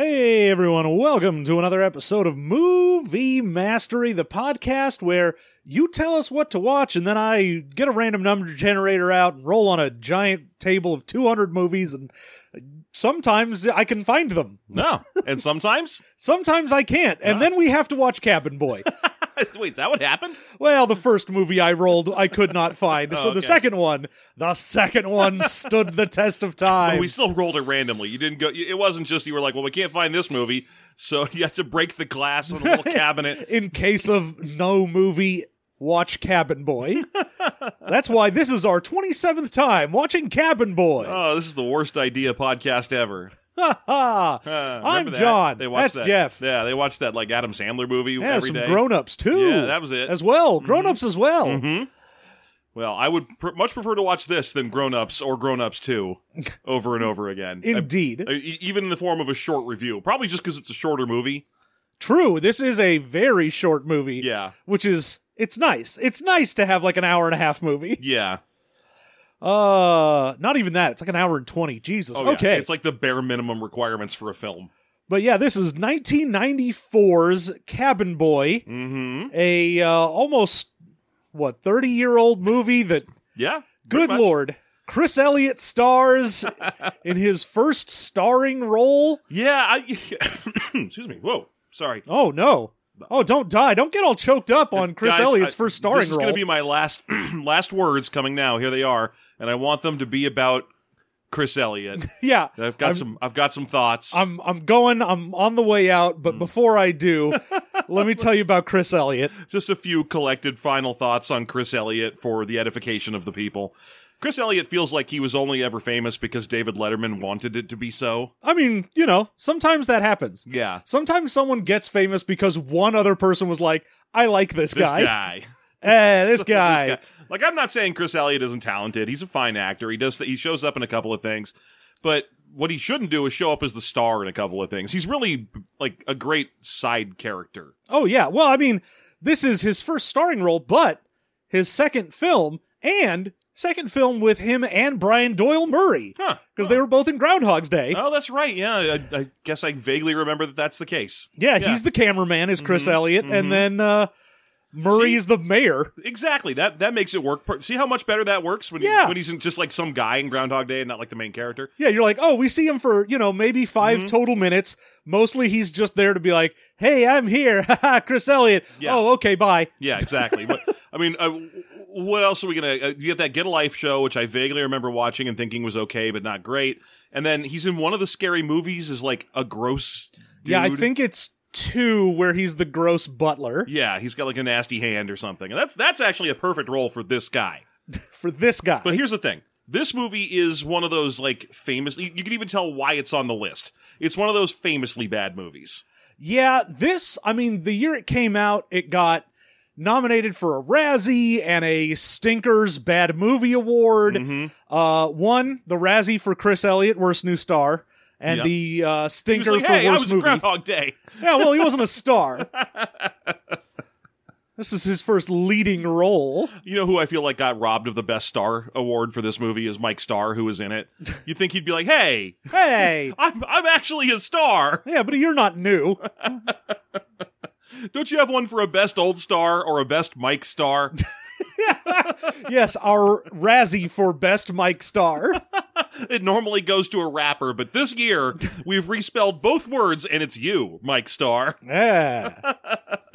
Hey everyone, welcome to another episode of Movie Mastery, the podcast where you tell us what to watch and then I get a random number generator out and roll on a giant table of 200 movies and sometimes I can find them. No. And sometimes, Sometimes I can't. And then we have to watch Cabin Boy. wait, is that what happened? well, the first movie I rolled I could not find. so the okay. second one, the second one stood the test of time. we still rolled it randomly. You didn't go. It wasn't just you were like, well, we can't find this movie, so you have to break the glass on the little cabinet. in case of no movie, watch Cabin Boy. That's why this is our 27th time watching Cabin Boy. Oh, this is the worst idea podcast ever. Ha ha. Uh, I'm remember that? John. They That's watched that. Jeff. Yeah, they watched that like Adam Sandler movie Yeah, every some day. grown-ups too. Yeah, that was it. Mm-hmm. As well, grown-ups as well. well, I would pr- much prefer to watch this than Grown Ups or Grown Ups Two over and over again. Indeed. I- e- even in the form of a short review, probably just because it's a shorter movie. True. This is a very short movie. Yeah, Which is it's nice. It's nice to have like an hour and a half movie. yeah. Uh, not even that. It's like an hour and 20. Jesus. Oh, yeah. okay. it's like the bare minimum requirements for a film. but yeah, this is 1994's Cabin Boy. Mm-hmm. a uh, almost what 30 year old movie that Yeah. good pretty much. lord chris elliott stars in his first starring role Yeah, I excuse me. Whoa, sorry. oh no oh don't die don't get all choked up on chris Guys, elliott's I- first starring This is role going to be my last last words coming now. Here they are, and I want them to be about Chris Elliott. yeah I've got I'm- some. I've got some thoughts. I'm I'm going I'm on the way out Mm. but before I do let me tell you about Chris Elliott Just a few collected final thoughts on Chris Elliott for the edification of the people. Chris Elliott feels like he was only ever famous because David Letterman wanted it to be so. I mean you know sometimes that happens Yeah, sometimes someone gets famous because one other person was like I like this, this guy, guy. Eh, this guy This guy- Like I'm not saying Chris Elliott isn't talented. He's a fine actor. He does. Th- he shows up in a couple of things, but what he shouldn't do is show up as the star in a couple of things. He's really like a great side character. Oh yeah. Well, I mean, this is his first starring role, but his second film and second film with him and Brian Doyle Murray Huh? because they were both in Groundhog's Day. Oh, that's right. Yeah, I, I guess I vaguely remember that that's the case. yeah, yeah. Mm-hmm. he's the cameraman is Chris Elliott, and then uh, Murray See? is the mayor. Exactly. That that makes it work. per- See how much better that works when Yeah. he, when he's in just like some guy in Groundhog Day and not like the main character. Yeah, you're like, oh, we see him for you know maybe 5 Mm-hmm. total minutes. Mostly, he's just there to be like, hey, I'm here, haha, Chris Elliott. Yeah. Oh, okay, bye. Yeah, exactly. but I mean, uh, what else are we gonna? Uh, you have that Get a Life show, which I vaguely remember watching and thinking was okay, but not great. And then he's in one of the scary movies as like a gross. Dude. Yeah, I think it's two where he's the gross butler Yeah, he's got like a nasty hand or something, and that's that's actually a perfect role for this guy. for this guy. But here's the thing: this movie is one of those like famous. You, you can even tell why it's on the list. It's one of those famously bad movies. Yeah, this, I mean, the year it came out, it got nominated for a Razzie and a Stinkers Bad Movie Award. Mm-hmm. Uh, one, the Razzie for Chris Elliott, Worst New Star, and Yeah. the uh, He was Stinker like, for hey, I Worst was in Movie. Groundhog Day. yeah, well, he wasn't a star. this is his first leading role. You know who I feel like got robbed of the best star award for this movie is Mike Starr, who was in it. You'd think he'd be like, "Hey, Hey! I'm I'm actually a star. Yeah, but you're not new. Don't you have one for a best old star or a best Mike star? Yes, our Razzie for Best Mike Star. it normally goes to a rapper, but this year we've respelled both words, and it's you, Mike Star. Yeah.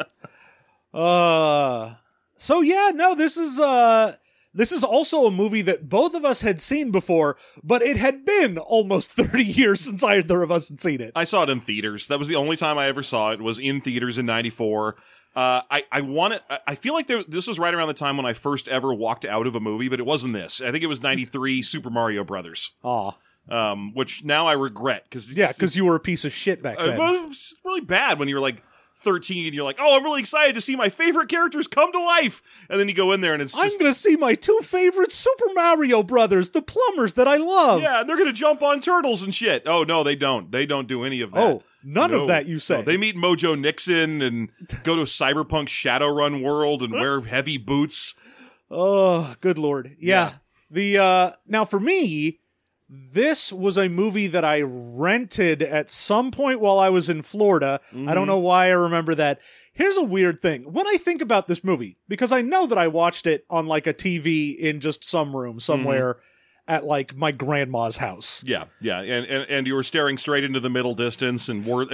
uh so yeah, no, this is uh this is also a movie that both of us had seen before, but it had been almost 30 years since either of us had seen it. I saw it in theaters. That was the only time I ever saw it. Was in theaters in '94. Uh, I I want to. I feel like there, this was right around the time when I first ever walked out of a movie, but it wasn't this. I think it was '93 Super Mario Brothers. Aw. um, which now I regret because Yeah, because you were a piece of shit back it then. was really bad when you were like 13 and you're like, oh, I'm really excited to see my favorite characters come to life, and then you go in there and it's I'm just gonna see my two favorite Super Mario brothers, the plumbers that I love. yeah, and they're gonna jump on turtles and shit. Oh no, they don't. They don't do any of that. Oh, none No. of that you say. No, they meet Mojo Nixon and go to Cyberpunk Shadowrun world and wear heavy boots. Oh, good lord. Yeah. The uh now for me, This was a movie that I rented at some point while I was in Florida. I don't know why I remember that. Here's a weird thing. When I think about this movie, because I know that I watched it on like a TV in just some room somewhere at like my grandma's house. Yeah, yeah, and, and and you were staring straight into the middle distance and were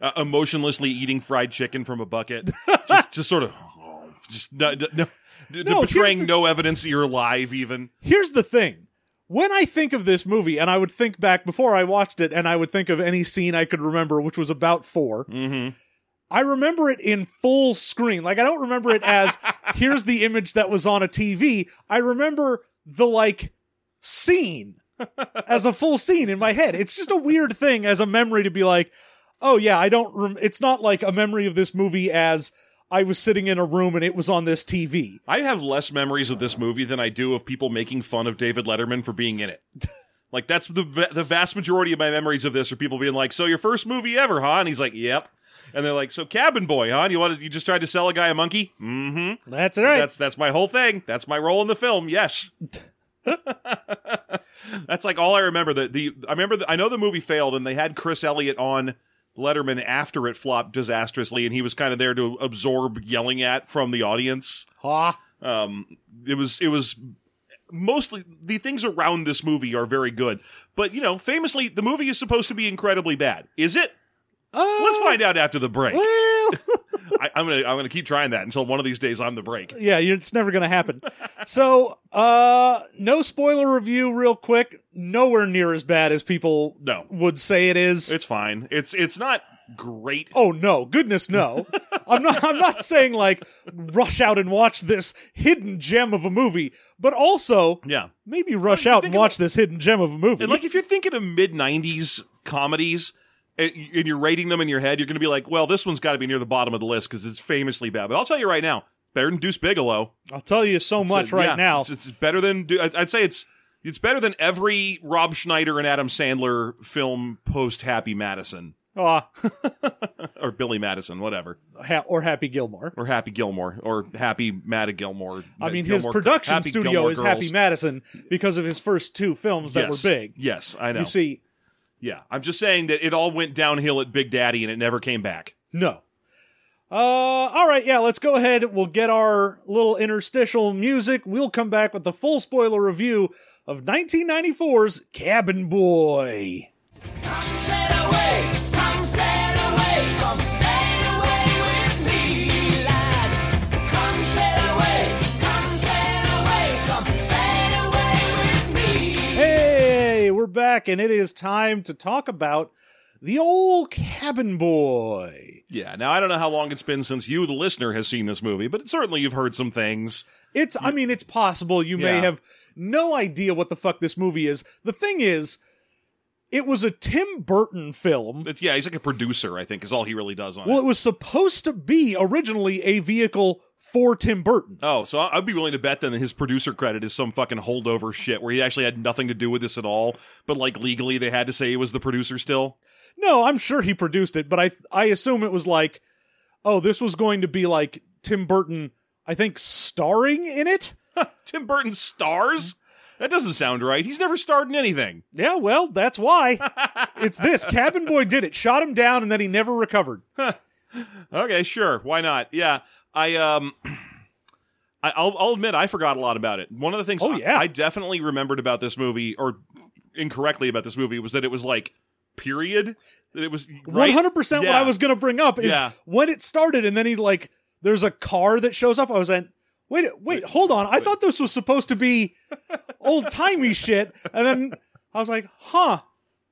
uh, emotionlessly eating fried chicken from a bucket, just, just sort of, oh, just no, no, no, here's betraying the- no evidence that you're alive. Even Here's the thing. When I think of this movie, and I would think back before I watched it, and I would think of any scene I could remember, which was about four, mm-hmm. I remember it in full screen. Like, I don't remember it as here's the image that was on a TV. I remember the like scene as a full scene in my head. It's just a weird thing as a memory to be like, oh, yeah, I don't, rem- it's not like a memory of this movie as I was sitting in a room and it was on this TV. I have less memories of this movie than I do of people making fun of David Letterman for being in it. Like that's the va- the vast majority of my memories of this are people being like, "So your first movie ever, huh?" And he's like, "Yep." And they're like, "So Cabin Boy, huh? And you wanted you just tried to sell a guy a monkey?" Mm-hmm. That's right. That's that's my whole thing. That's my role in the film. Yes. that's like all I remember. The the I remember the, I know the movie failed and they had Chris Elliott on Letterman after it flopped disastrously and he was kind of there to absorb yelling at from the audience. ha. Um it was it was mostly the things around this movie are very good. But you know, famously the movie is supposed to be incredibly bad. Is it? Let's find out after the break. Oh, Well, I, I'm gonna I'm gonna keep trying that until one of these days I'm the break. yeah, you it's never going to happen. so, uh, no spoiler review, real quick. Nowhere near as bad as people No. would say it is. It's fine. It's it's not great. oh no, goodness no. I'm not. I'm not saying like rush out and watch this hidden gem of a movie, but also Yeah. maybe rush out and think watch this hidden gem of a movie. And like if you're thinking of mid 90s comedies and and you're rating them in your head, you're going to be like, well, this one's got to be near the bottom of the list because it's famously bad. But I'll tell you right now, better than Deuce Bigelow. I'll tell you so much So, right yeah, now. It's, it's better than, Deu- I- I'd say it's, it's better than every Rob Schneider and Adam Sandler film post Happy Madison Aw, or Billy Madison, whatever, Oh, uh, ha- or Happy Gilmore. or Happy Gilmore or Happy Matta Gilmore. I mean, his Gilmore- production Happy studio Gilmore is Girls. Happy Madison because of his first two films that Yes. were big. Yes, I know. You see, Yeah, I'm just saying that it all went downhill at Big Daddy and it never came back. No. Uh, all right, yeah, let's go ahead. We'll get our little interstitial music. We'll come back with the full spoiler review of 1994's Cabin Boy. Come sail away, come sail away, come sail away with me, lads. Come sail away, come sail away, come sail away with me. Hey, we're back, and it is time to talk about the old Cabin Boy. Yeah, now I don't know how long it's been since you, the listener, has seen this movie, but certainly you've heard some things. It's, I mean, it's possible you may Yeah. have no idea what the fuck this movie is. The thing is, it was a Tim Burton film. But yeah, he's like a producer, I think, is all he really does on Well, it. it was supposed to be originally a vehicle for Tim Burton. Oh, so I- I'd be willing to bet then that his producer credit is some fucking holdover shit where he actually had nothing to do with this at all, but like legally they had to say he was the producer still. No, I'm sure he produced it, but I I assume it was like, oh, this was going to be like Tim Burton, I think, starring in it. Tim Burton stars? That doesn't sound right. He's never starred in anything. Yeah, well, that's why. it's this. Cabin Boy did it, shot him down, and then he never recovered. Okay, sure. Why not? Yeah, I um, I, I'll I'll admit I forgot a lot about it. One of the things Oh, I- yeah. I, definitely remembered about this movie, or incorrectly about this movie, was that it was like period. That it was One right? hundred percent. What Yeah. I was going to bring up is Yeah. when it started, and then he like, there's a car that shows up. I was like, wait, wait, hold on. I thought this was supposed to be old timey shit, and then I was like, huh,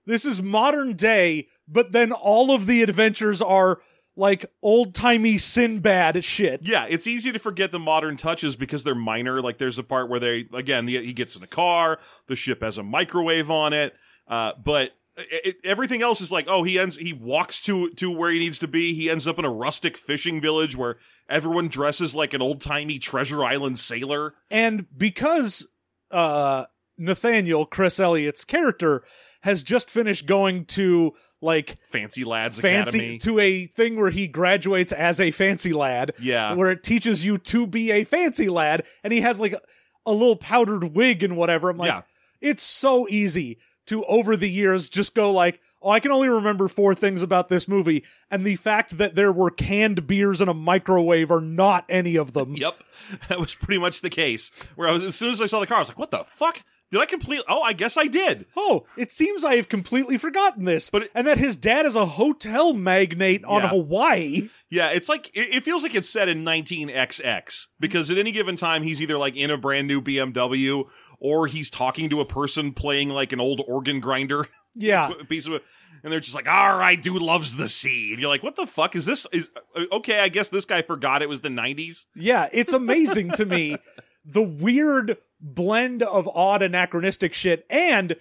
this is modern day. But then all of the adventures are like old timey Sinbad shit. Yeah, it's easy to forget the modern touches because they're minor. Like there's a part where they again the, he gets in a car, the ship has a microwave on it, uh, but it, it- everything else is like oh he ends he walks to to where he needs to be. He ends up in a rustic fishing village where everyone dresses like an old timey Treasure Island sailor. And because uh Nathaniel Chris Elliott's character has just finished going to like Fancy lads fancy academy. to a thing where he graduates as a fancy lad. Yeah. Where it teaches you to be a fancy lad and he has like a, a little powdered wig and whatever. I'm like Yeah. it's so easy to over the years just go like, oh, I can only remember four things about this movie, and the fact that there were canned beers in a microwave are not any of them. Yep, that was pretty much the case. Where I was, as soon as I saw the car, I was like, "What the fuck? Did I complete? Oh, I guess I did." Oh, it seems I have completely forgotten this, But it- and that his dad is a hotel magnate on Yeah. Hawaii. Yeah, it's like it, it feels like it's set in 19XX because at any given time he's either like in a brand new BMW or he's talking to a person playing like an old organ grinder Yeah, piece of, and they're just like, "All right, dude loves the sea," and you're like, "What the fuck is this? Is uh, okay? I guess this guy forgot it was the 90s." yeah, it's amazing to me the weird blend of odd anachronistic shit and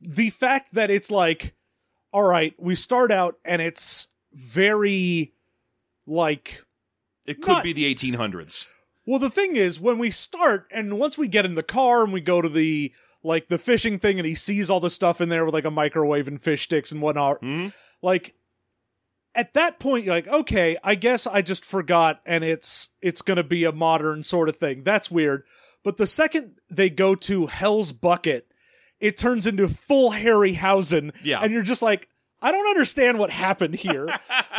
the fact that it's like, all right, we start out and it's very like It could Not- be the 1800s. Well, the thing is, when we start and once we get in the car and we go to the like the fishing thing and he sees all the stuff in there with like a microwave and fish sticks and whatnot, Hmm? like at that point you're like, okay, I guess I just forgot and it's it's gonna be a modern sort of thing. That's weird. But the second they go to Hell's Bucket, it turns into full Harryhausen. Yeah. And you're just like, I don't understand what happened here.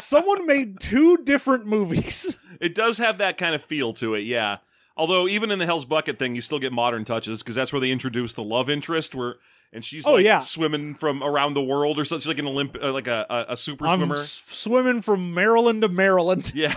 Someone made two different movies. It does have that kind of feel to it, yeah. Although even in the Hell's Bucket thing, you still get modern touches because that's where they introduce the love interest, where and she's Oh, like yeah. swimming from around the world or something, like an Olymp, uh, like a, a a super I'm swimmer. s- swimming from Maryland to Maryland. yeah.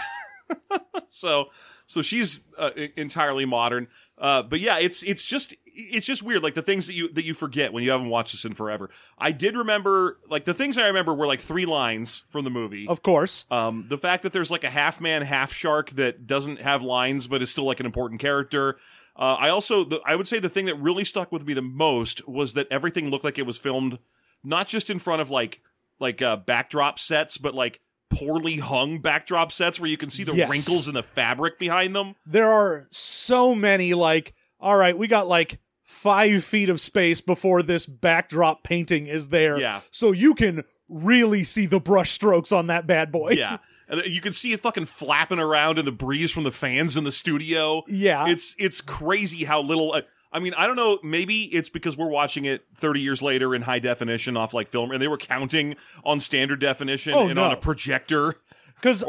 so so she's uh, e- entirely modern, uh, but yeah, it's it's just it's just weird, like the things that you that you forget when you haven't watched this in forever. I did remember, like the things I remember were like three lines from the movie. Of course. Um, the fact that there's like a half man, half shark that doesn't have lines but is still like an important character. Uh, I also, the, I would say the thing that really stuck with me the most was that everything looked like it was filmed not just in front of like like uh, backdrop sets, but like poorly hung backdrop sets where you can see the Yes. wrinkles in the fabric behind them. There are so many, like, all right, we got like five feet of space before this backdrop painting is there. Yeah. So you can really see the brush strokes on that bad boy. Yeah, And you can see it fucking flapping around in the breeze from the fans in the studio. Yeah. it's it's crazy how little. Uh, I mean, I don't know. Maybe it's because we're watching it 30 years later in high definition off like film, and they were counting on standard definition Oh, and on no. a projector. Because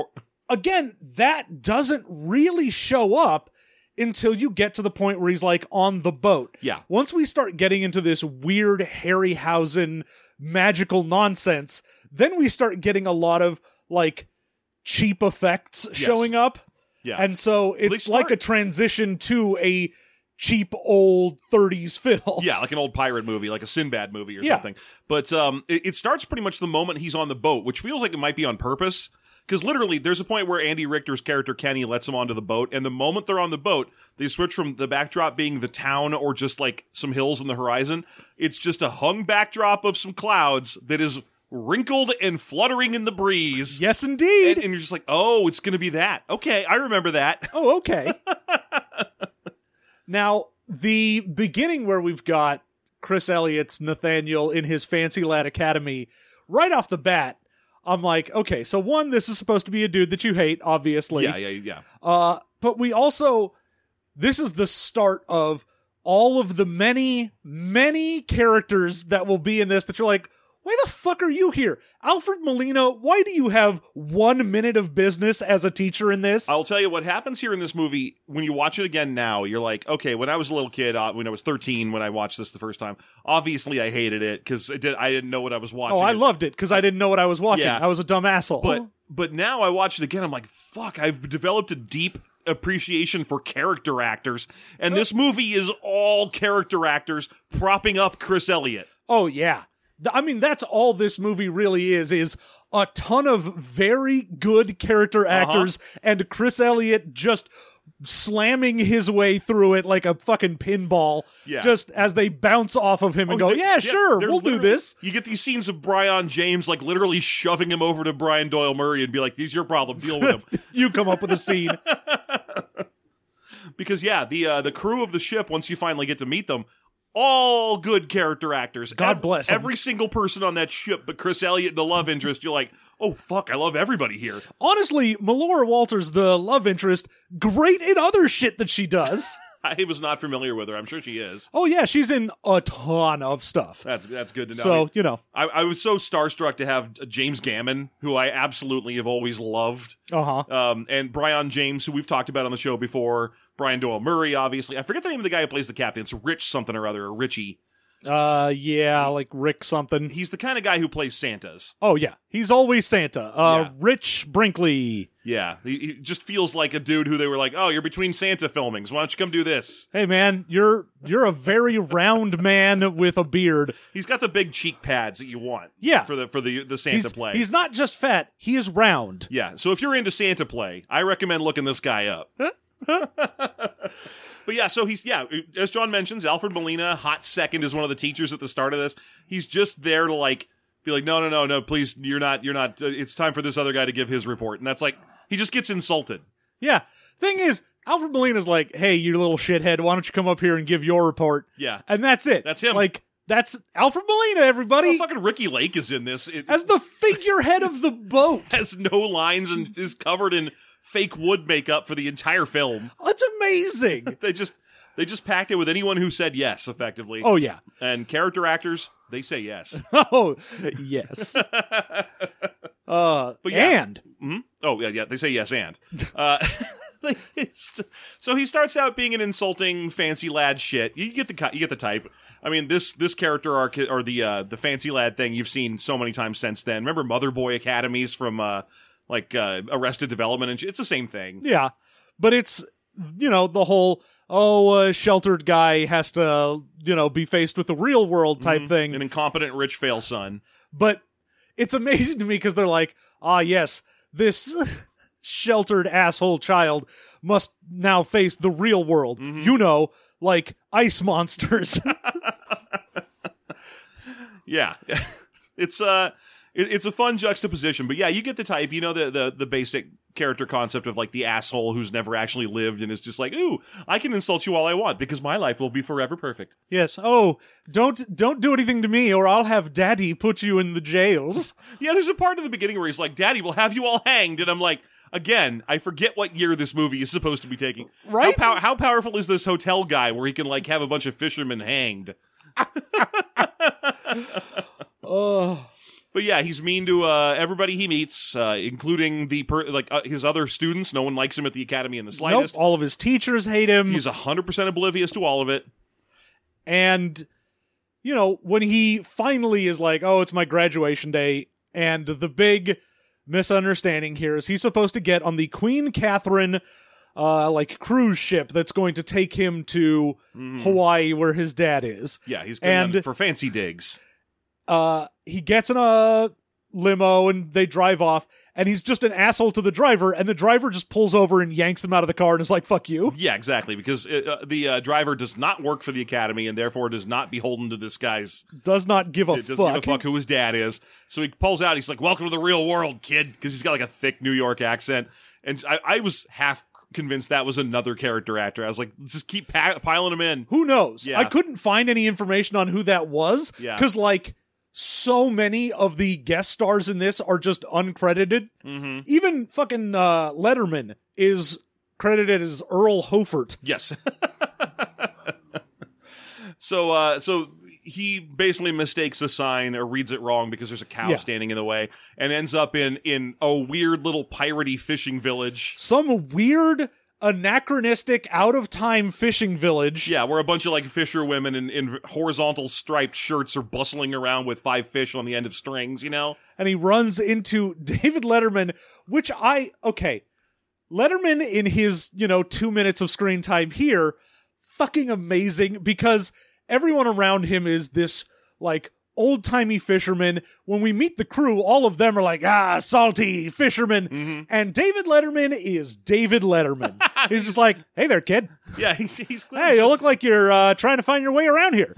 again, that doesn't really show up until you get to the point where he's like on the boat. Yeah. Once we start getting into this weird Harryhausen magical nonsense, then we start getting a lot of like cheap effects showing up. Yeah, And so it's least like a start- transition to a cheap old 30s film. yeah, like an old pirate movie, like a Sinbad movie or Yeah. something. But um, it, it starts pretty much the moment he's on the boat, which feels like it might be on purpose. Because literally, there's a point where Andy Richter's character Kenny lets him onto the boat, and the moment they're on the boat, they switch from the backdrop being the town or just like some hills in the horizon. It's just a hung backdrop of some clouds that is wrinkled and fluttering in the breeze. Yes, indeed. And, and you're just like, oh, it's going to be that. Okay, I remember that. Oh, okay. now, the beginning where we've got Chris Elliott's Nathaniel in his Fancy Lad Academy, right off the bat, I'm like, okay, so one, this is supposed to be a dude that you hate, obviously. yeah, yeah, yeah. Uh, but we also, this is the start of all of the many, many characters that will be in this that you're like, why the fuck are you here? Alfred Molina, why do you have one minute of business as a teacher in this? I'll tell you what happens here in this movie when you watch it again now. You're like, okay, when I was a little kid, uh, when I was 13, when I watched this the first time, obviously I hated it because I, did, I didn't know what I was watching. Oh, I It- loved it because I didn't know what I was watching. Yeah. I was a dumb asshole. But but now I watch it again. I'm like, fuck! I've developed a deep appreciation for character actors, and this movie is all character actors propping up Chris Elliott. oh yeah, Th- I mean that's all this movie really is is a ton of very good character Uh-huh. actors and Chris Elliott just slamming his way through it like a fucking pinball. Yeah. Just as they bounce off of him and go, They're- yeah, sure, they're we'll do literally- this. You get these scenes of Brian James like literally shoving him over to Brian Doyle Murray and be like, "These your problem. Deal with him." You come up with a scene. because yeah, the uh, the crew of the ship once you finally get to meet them, all good character actors. God Ev- bless 'em. every single person on that ship, but Chris Elliott, and the love interest. You're like, oh fuck, I love everybody here. Honestly, Melora Walters, the love interest, great in other shit that she does. I was not familiar with her. I'm sure she is. Oh yeah, she's in a ton of stuff. That's that's good to know. So you know, I, I was so starstruck to have James Gammon, who I absolutely have always loved, uh huh. um, and Brian James, who we've talked about on the show before. Brian Doyle Murray, obviously. I forget the name of the guy who plays the captain. It's Rich something or other, or Richie. Uh yeah, like Rick something. He's the kind of guy who plays Santas. Oh yeah, he's always Santa. Uh, Yeah. Rich Brinkley. Yeah, he, he just feels like a dude who they were like, "Oh, you're between Santa filmings. Why don't you come do this?" Hey man, you're you're a very round man with a beard. He's got the big cheek pads that you want. Yeah. for the for the the Santa He's, play. he's not just fat; he is round. Yeah. So if you're into Santa play, I recommend looking this guy up. but yeah, so he's yeah, as John mentions, Alfred Molina, hot second is one of the teachers at the start of this. He's just there to like be like, "No, no, no, no, please, you're not you're not uh, it's time for this other guy to give his report." And that's like he just gets insulted. Yeah. Thing is, Alfred Molina's like, "Hey, you little shithead, why don't you come up here and give your report?" Yeah. and that's it. That's him. Like that's Alfred Molina. Everybody Oh, fucking Ricky Lake is in this. It as the figurehead of the boat. has no lines and is covered in fake wood makeup for the entire film. That's amazing. They just they just packed it with anyone who said yes effectively. Oh yeah. And character actors, they say yes. Oh yes. Uh, But yeah. and hmm Oh yeah, yeah. They say yes and. Uh, they- so he starts out being an insulting fancy lad shit. You get the ki- you get the type. I mean this this character arc or the uh, the fancy lad thing you've seen so many times since then. Remember Mother Boy Academies from uh, like uh, Arrested Development and sh- it's the same thing. Yeah, but it's you know the whole oh a sheltered guy has to you know be faced with the real world type An thing. incompetent rich fail son. But it's amazing to me because they're like ah yes this sheltered asshole child must now face the real world. You know like ice monsters. Yeah, it's uh, it, it's a fun juxtaposition. But yeah, you get the type. You know the the the basic character concept of like the asshole who's never actually lived and is just like, ooh, I can insult you all I want because my life will be forever perfect. yes. Oh, don't don't do anything to me or I'll have daddy put you in the jails. Yeah, there's a part in the beginning where he's like, Daddy, we'll have you all hanged, and I'm like. Again, I forget what year this movie is supposed to be taking. Right? How, pow- how powerful is this hotel guy where he can like have a bunch of fishermen hanged? Oh. But yeah, he's mean to uh, everybody he meets, uh, including the per- like uh, his other students. No one likes him at the academy in the Nope, slightest. all of his teachers hate him. He's hundred percent oblivious to all of it. And, you know, when he finally is like, oh, it's my graduation day, and the big misunderstanding here is he's supposed to get on the Queen Catherine, uh, like, cruise ship that's going to take him to Hawaii where his dad is. Mm-hmm. Yeah, he's going And- on for fancy digs. Uh, he gets in a limo and they drive off, and he's just an asshole to the driver, and the driver just pulls over and yanks him out of the car and is like, fuck you. Yeah, exactly. Because uh, uh, the uh, driver does not work for the academy and therefore does not beholden to this guy's. Does not give a It doesn't fuck. give a fuck who his dad is. So he pulls out. He's like, "Welcome to the real world, kid," because he's got like a thick New York accent. And I, I was half convinced that was another character actor. I was like, "Let's just keep pa- piling him in." Who knows? Yeah. I couldn't find any information on who that was. Yeah. Because, like, so many of the guest stars in this are just uncredited. Mm-hmm. Even fucking uh, Letterman is credited as Earl Hofert. Yes. so uh so he basically mistakes a sign or reads it wrong because there's a cow Yeah. standing in the way and ends up in in a weird little piratey fishing village. Some weird, anachronistic, out of time fishing village. Yeah, where a bunch of like fisher women in, in horizontal striped shirts are bustling around with five fish on the end of strings, you know? and he runs into David Letterman, which I okay. Letterman in his, you know, 2 minutes of screen time here, fucking amazing because everyone around him is this like old-timey fisherman. When we meet the crew, all of them are like, "Ah, salty fisherman." Mm-hmm. And David Letterman is David Letterman. He's just like, "Hey there, kid. Yeah, he's he's clearly Hey, you just- look like you're uh, trying to find your way around here."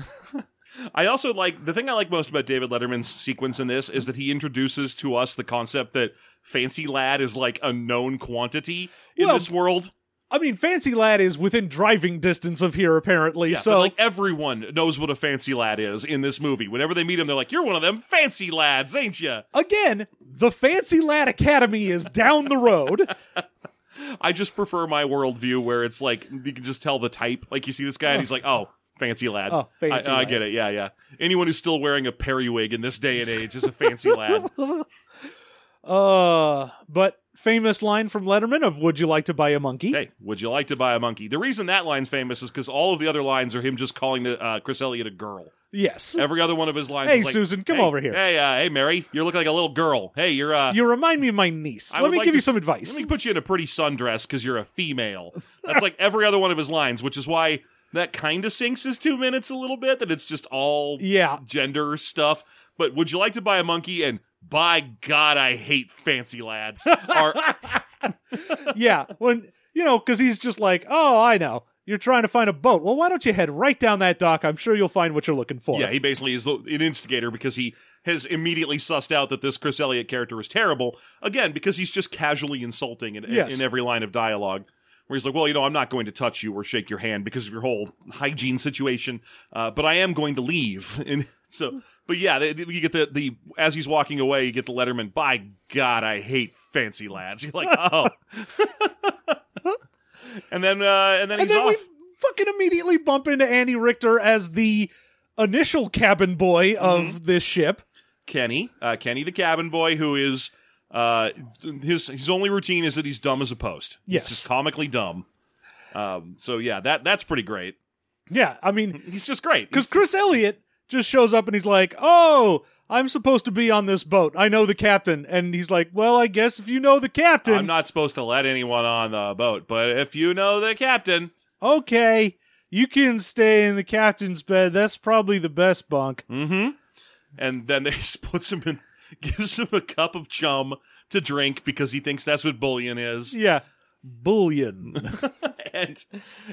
I also like the thing I like most about David Letterman's sequence in this is that he introduces to us the concept that fancy lad is like a known quantity in Well, this world. I mean, Fancy Lad is within driving distance of here apparently. Yeah, so but like everyone knows what a fancy lad is in this movie. Whenever they meet him, they're like, "You're one of them fancy lads, ain't you?" again, the Fancy Lad Academy is down the road. I just prefer my worldview where it's like you can just tell the type. Like you see this guy and he's like, oh, fancy lad. Oh, fancy I, I lad. get it. Yeah, yeah. Anyone who's still wearing a periwig in this day and age is a fancy lad. Uh, but famous line from Letterman of "Would you like to buy a monkey?" Hey, would you like to buy a monkey? The reason that line's famous is because all of the other lines are him just calling the, uh, Chris Elliott a girl. Yes, Every other one of his lines. Hey, is like, Susan, come "Hey, over here." Hey, uh, hey, Mary, you look like a little girl. Hey, you're. Uh, you remind me of my niece. I Let would me like give to you s- some advice. Let me put you in a pretty sundress because you're a female. That's like every other one of his lines, which is why that kind of sinks his two minutes a little bit. That it's just all Yeah. gender stuff. But would you like to buy a monkey? And by God, I hate fancy lads. Are yeah, when you know, because he's just like, oh, I know, you're trying to find a boat. Well, why don't you head right down that dock? I'm sure you'll find what you're looking for. Yeah, he basically is the- an instigator because he has immediately sussed out that this Chris Elliott character is terrible. Again, because he's just casually insulting in, in- Yes. in every line of dialogue. Where he's like, well, you know, I'm not going to touch you or shake your hand because of your whole hygiene situation, uh, but I am going to leave. And so, but yeah, they, they- you get the, the, as he's walking away, you get the Letterman, by God, I hate fancy lads. You're like, oh. and then, uh, and then and he's then off. we fucking immediately bump into Andy Richter as the initial cabin boy of Mm-hmm. this ship. Kenny, uh, Kenny the cabin boy, who is uh, his his only routine is that he's dumb as a post. He's Yes. just comically dumb. Um, so yeah, that that's pretty great. Yeah, I mean, He's just great. because Chris Elliott just shows up and he's like, "Oh, I'm supposed to be on this boat. I know the captain." And he's like, "Well, I guess if you know the captain, I'm not supposed to let anyone on the boat, but if you know the captain, okay, you can stay in the captain's bed. That's probably the best bunk." mm-hmm. and then they just puts him in, gives him a cup of chum to drink because he thinks that's what bullion is. Yeah, bullion. and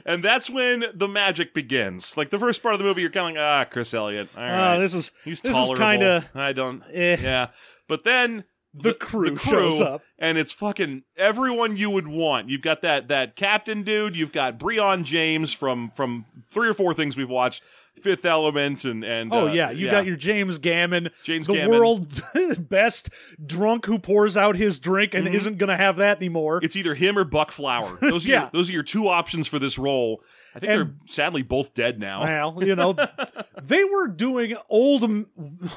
and that's when the magic begins. Like the first part of the movie, you're kind of like, ah, Chris Elliott. All right, Uh, this is- he's this is tolerable. kinda- I don't. eh. Yeah, but then The crew shows up. and it's fucking everyone you would want. You've got that that captain dude. You've got Breon James from from three or four things we've watched. Fifth Element and and Oh uh, yeah, you got your James Gammon, James the Gammon. world's best drunk who pours out his drink Mm-hmm. and isn't gonna have that anymore. It's either him or Buck Flower. Those are Yeah. your, those are your two options for this role. I think And- they're sadly both dead now. Well, you know, they were doing old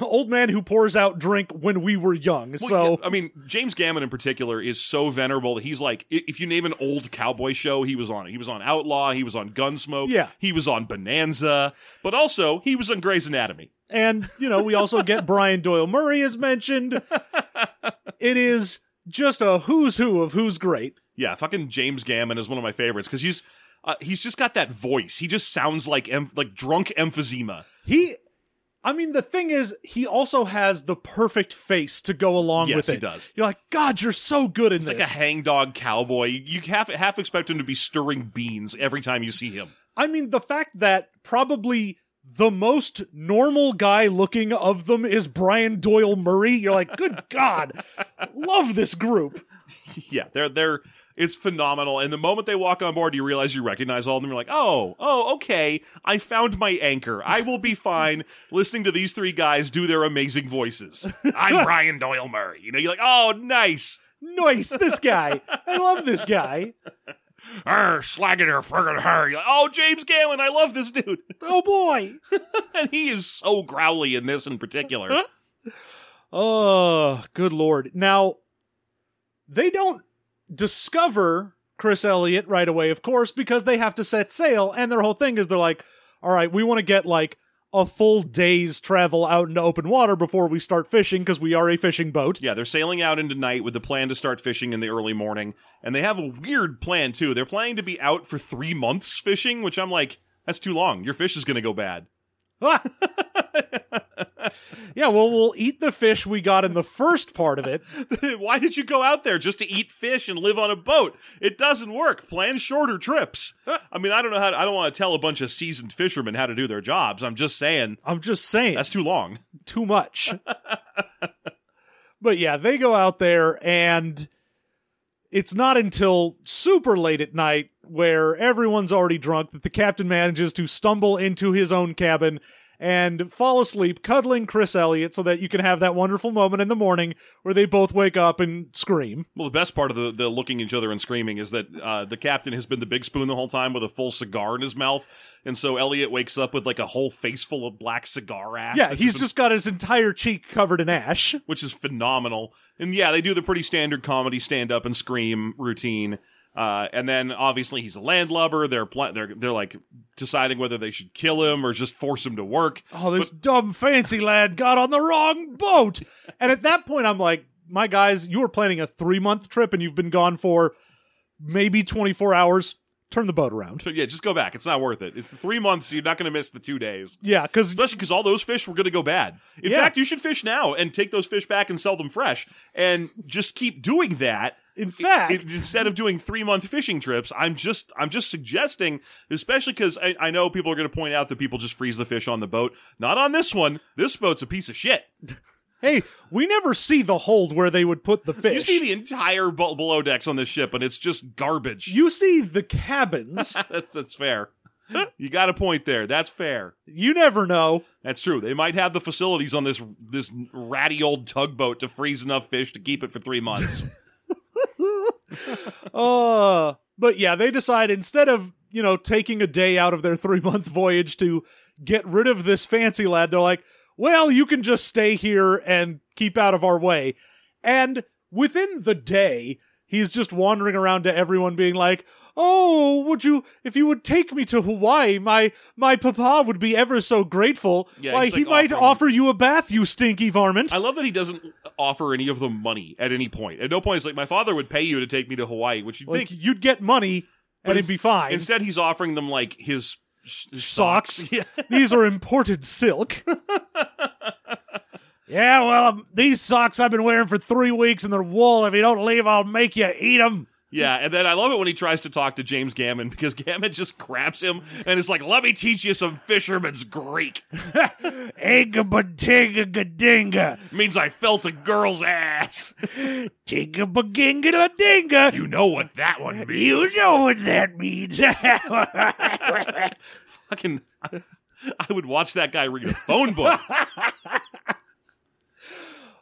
old man who pours out drink when we were young. Well, so yeah, I mean, James Gammon in particular is so venerable that he's like, i- if you name an old cowboy show, he was on it. He was on Outlaw, he was on Gunsmoke, Yeah. he was on Bonanza, but also he was on Grey's Anatomy. and you know, we also get Brian Doyle Murray is mentioned. it is just a who's who of who's great. Yeah, fucking James Gammon is one of my favorites because he's uh, he's just got that voice. He just sounds like em- like drunk emphysema. He I mean the thing is he also has the perfect face to go along Yes, with it. he does. You're like, God, you're so good in It's this. like a hangdog cowboy. You, you half half expect him to be stirring beans every time you see him. I mean, the fact that probably the most normal guy looking of them is Brian Doyle Murray, you're like, good God, love this group. Yeah, they're they're it's phenomenal. And the moment they walk on board, you realize you recognize all of them. You're like, oh, oh, okay. I found my anchor. I will be fine listening to these three guys do their amazing voices. I'm Brian Doyle Murray. You know, you're like, oh, nice. Nice, this guy. I love this guy. Her slagging her friggin' her. You're like, oh, James Galen, I love this dude. Oh boy. and he is so growly in this in particular. Oh, good lord. Now, they don't discover Chris Elliott right away, of course, because they have to set sail. And their whole thing is they're like, all right, we want to get like a full day's travel out into open water before we start fishing because we are a fishing boat. Yeah, they're sailing out into night with the plan to start fishing in the early morning. And they have a weird plan, too. They're planning to be out for three months fishing, which I'm like, that's too long. Your fish is going to go bad. Ah. yeah, well, we'll eat the fish we got in the first part of it. Why did you go out there just to eat fish and live on a boat? It doesn't work. Plan shorter trips. I mean, I don't know how, to, I don't want to tell a bunch of seasoned fishermen how to do their jobs. I'm just saying I'm just saying, that's too long. too much. but yeah, they go out there, and it's not until super late at night where everyone's already drunk that the captain manages to stumble into his own cabin and fall asleep cuddling Chris Elliott so that you can have that wonderful moment in the morning where they both wake up and scream. Well, the best part of the, the looking at each other and screaming is that uh, the captain has been the big spoon the whole time with a full cigar in his mouth, and so Elliot wakes up with like a whole face full of black cigar ash. Yeah, that's he's been- just got his entire cheek covered in ash. which is phenomenal. And yeah, they do the pretty standard comedy stand up and scream routine. Uh, and then obviously he's a landlubber. They're pl- they're they're like deciding whether they should kill him or just force him to work. oh, this dumb fancy lad got on the wrong boat. And at that point, I'm like, my guys, you were planning a three month trip and you've been gone for maybe 24 hours. Turn the boat around. So yeah, just go back. It's not worth it. It's three months. You're not going to miss the two days, Yeah, because especially because all those fish were going to go bad. In Yeah. fact, you should fish now and take those fish back and sell them fresh, and just keep doing that. in fact, It- instead of doing three month fishing trips, I'm just I'm just suggesting, especially because I, I know people are going to point out that people just freeze the fish on the boat. Not on this one. This boat's a piece of shit. hey, we never see the hold where they would put the fish. You see the entire bu- below decks on this ship, and it's just garbage. You see the cabins. that's that's fair. you got a point there. That's fair. you never know. That's true. They might have the facilities on this this ratty old tugboat to freeze enough fish to keep it for three months. Uh, but yeah, they decide instead of, you know, taking a day out of their three month voyage to get rid of this fancy lad, they're like, well, you can just stay here and keep out of our way. And within the day, he's just wandering around to everyone being like, Oh, would you if you would take me to Hawaii, my my papa would be ever so grateful. Yeah, Why he's, he like, might offering- offer you a bath, you stinky varmint. I love that he doesn't offer any of them money at any point. At no point is like my father would pay you to take me to Hawaii, which you like think. you'd get money But and it'd be ins- fine. Instead, he's offering them like his, sh- his socks. Yeah. these are imported silk. yeah, well, um, these socks I've been wearing for three weeks and they're wool. If you don't leave, I'll make you eat them. yeah, and then I love it when he tries to talk to James Gammon because Gammon just grabs him and is like, "Let me teach you some fisherman's Greek." Egabadinga-gadinga. means I felt a girl's ass. Tingabaginga-dinga. You know what that one means? You know what that means. Fucking, I, I would watch that guy read a phone book.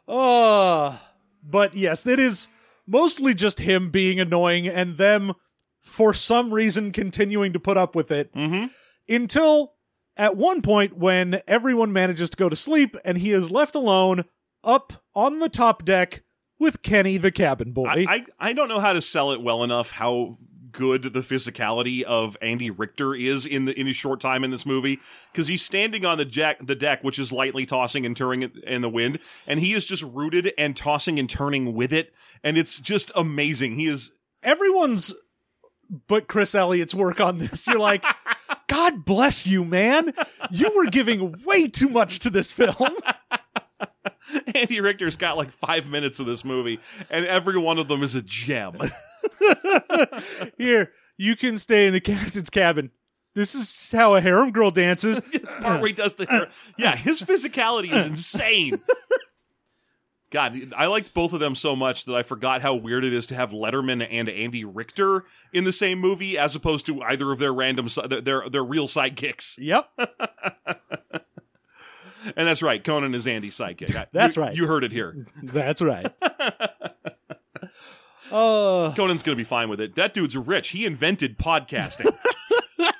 Uh, but yes, it is mostly just him being annoying and them, for some reason, continuing to put up with it mm-hmm. until at one point when everyone manages to go to sleep and he is left alone up on the top deck with Kenny the cabin boy. I, I I don't know how to sell it well enough how good the physicality of Andy Richter is in the in his short time in this movie because he's standing on the jack the deck which is lightly tossing and turning in- in the wind and he is just rooted and tossing and turning with it and it's just amazing he is Everyone's but Chris Elliott's work on this. You're like, God bless you, man. You were giving way too much to this film. Andy Richter's got like five minutes of this movie and every one of them is a gem Here, you can stay in the captain's cabin. This is how a harem girl dances. part where he does the hair. Yeah, his physicality is insane. God, I liked both of them so much that I forgot how weird it is to have Letterman and Andy Richter in the same movie, as opposed to either of their random si- their their, their real sidekicks. Yep. And that's right, Conan is Andy's sidekick. I- That's you- right. You heard it here. That's right. Uh, Conan's gonna be fine with it. That dude's rich. He invented podcasting.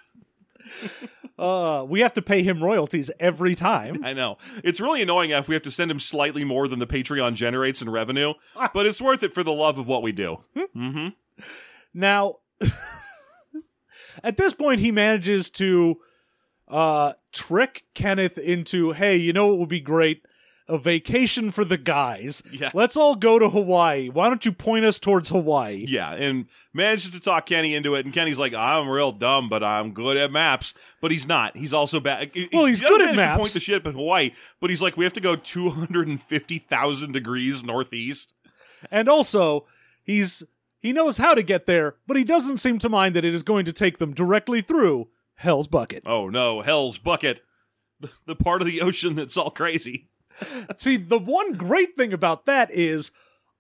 Uh, we have to pay him royalties every time. I know it's really annoying if we have to send him slightly more than the Patreon generates in revenue, but it's worth it for the love of what we do. Mm-hmm. Now, at this point, he manages to uh, trick Kenneth into, hey, you know what would be great? A vacation for the guys. Yeah. Let's all go to Hawaii. Why don't you point us towards Hawaii? Yeah, and manages to talk Kenny into it, and Kenny's like, "I'm real dumb, but I'm good at maps." But he's not. He's also bad. Well, he's good at maps. To point the ship at Hawaii, but he's like, "We have to go 250,000 degrees northeast." And also, he's he knows how to get there, but he doesn't seem to mind that it is going to take them directly through Hell's Bucket. Oh no, hell's bucket, the, the part of the ocean that's all crazy. See, the one great thing about that is,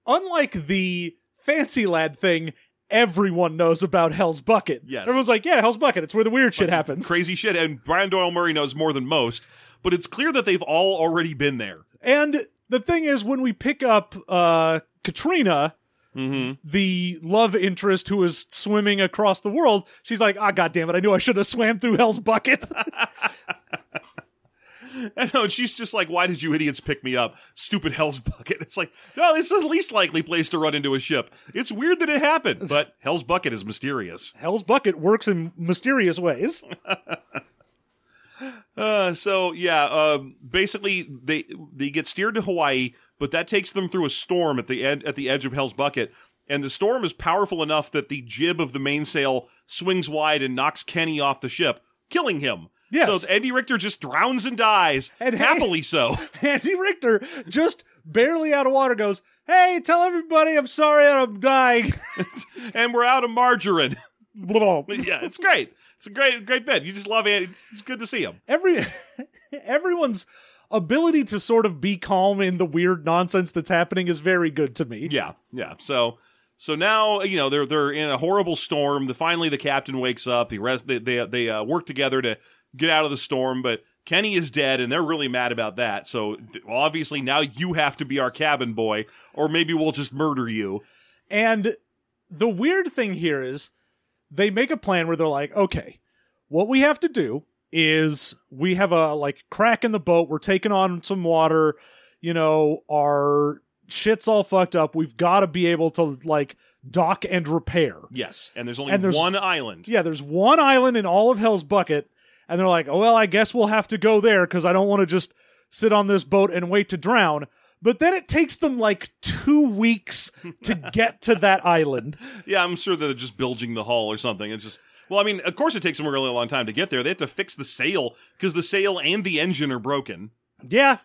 unlike the fancy lad thing, everyone knows about Hell's Bucket. Yes. Everyone's like, yeah, Hell's Bucket. It's where the weird shit happens. Crazy shit, and Brian Doyle Murray knows more than most. but it's clear that they've all already been there. And the thing is, when we pick up uh, Katrina, Mm-hmm. the love interest who is swimming across the world, she's like, "Ah, goddamn it! I knew I should have swam through Hell's Bucket." I know, and uh, she's just like, "Why did you idiots pick me up, stupid Hell's Bucket?" It's like, no, it's the least likely place to run into a ship. It's weird that it happened, but Hell's Bucket is mysterious. Hell's Bucket works in mysterious ways. Uh, so yeah, um, basically they they get steered to Hawaii, but that takes them through a storm at the end at the edge of Hell's Bucket, and the storm is powerful enough that the jib of the mainsail swings wide and knocks Kenny off the ship, killing him. Yes. So Andy Richter just drowns and dies, And and hey- happily so. Andy Richter, just barely out of water, goes, "Hey, tell everybody I'm sorry that I'm dying." and we're out of margarine. Blah. yeah, it's great. It's a great, great bit. You just love Andy. It's, it's good to see him. Every everyone's ability to sort of be calm in the weird nonsense that's happening is very good to me. Yeah, yeah. So, so now you know they're they're in a horrible storm. The finally the captain wakes up. He res- they they, they uh, work together to get out of the storm, but Kenny is dead, and they're really mad about that. So th- obviously now you have to be our cabin boy, or maybe we'll just murder you. And the weird thing here is they make a plan where they're like, okay, what we have to do is we have a like crack in the boat, we're taking on some water, you know, our shit's all fucked up. We've got to be able to like dock and repair. Yes, and there's only And there's- one island. Yeah, there's one island in all of Hell's Bucket, and they're like, oh, well, I guess we'll have to go there because I don't want to just sit on this boat and wait to drown. But then it takes them like two weeks to get to that island. Yeah, I'm sure they're just bilging the hull or something. It's just well, I mean, of course it takes them a really long time to get there. They have to fix the sail because the sail and the engine are broken. Yeah,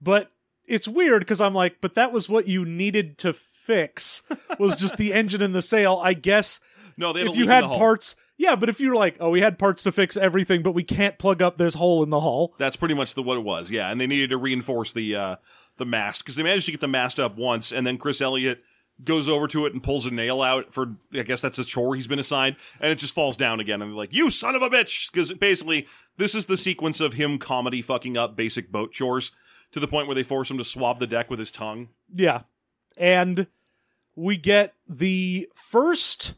but it's weird because I'm like, but that was what you needed to fix was just the engine and the sail. I guess No, they had if a you leak in had the hull. parts, yeah, but if you're like, oh, we had parts to fix everything, but we can't plug up this hole in the hull. That's pretty much the what it was. Yeah, and they needed to reinforce the uh, the mast because they managed to get the mast up once, and then Chris Elliott goes over to it and pulls a nail out for I guess that's a chore he's been assigned, and it just falls down again. And they're like, "You son of a bitch!" Because basically this is the sequence of him comedy fucking up basic boat chores to the point where they force him to swab the deck with his tongue. Yeah. And we get the first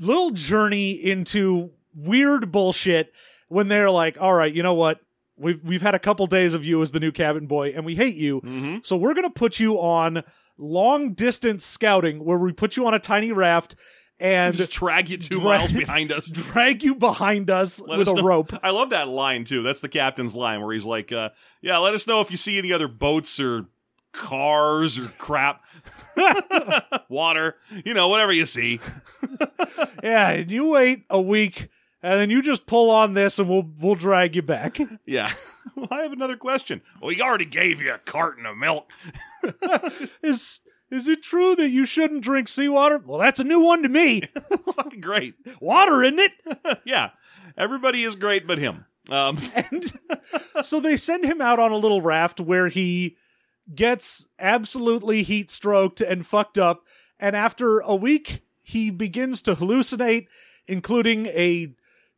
little journey into weird bullshit when they're like, all right, you know what? We've we've had a couple days of you as the new cabin boy and we hate you. Mm-hmm. So we're going to put you on long distance scouting where we put you on a tiny raft and Just drag you two Drag- miles behind us. drag you behind us Let with us a know- rope. I love that line too. That's the captain's line where he's like, uh, "Yeah, let us know if you see any other boats or cars or crap, water, you know, whatever you see." Yeah, and you wait a week and then you just pull on this and we'll we'll drag you back. Yeah. well, I have another question. Well, he already gave you a carton of milk. Is is it true that you shouldn't drink seawater? Well, that's a new one to me. Fucking great. Water, isn't it? yeah, everybody is great but him. Um, so they send him out on a little raft where he gets absolutely heat stroked and fucked up. And after a week, he begins to hallucinate, including a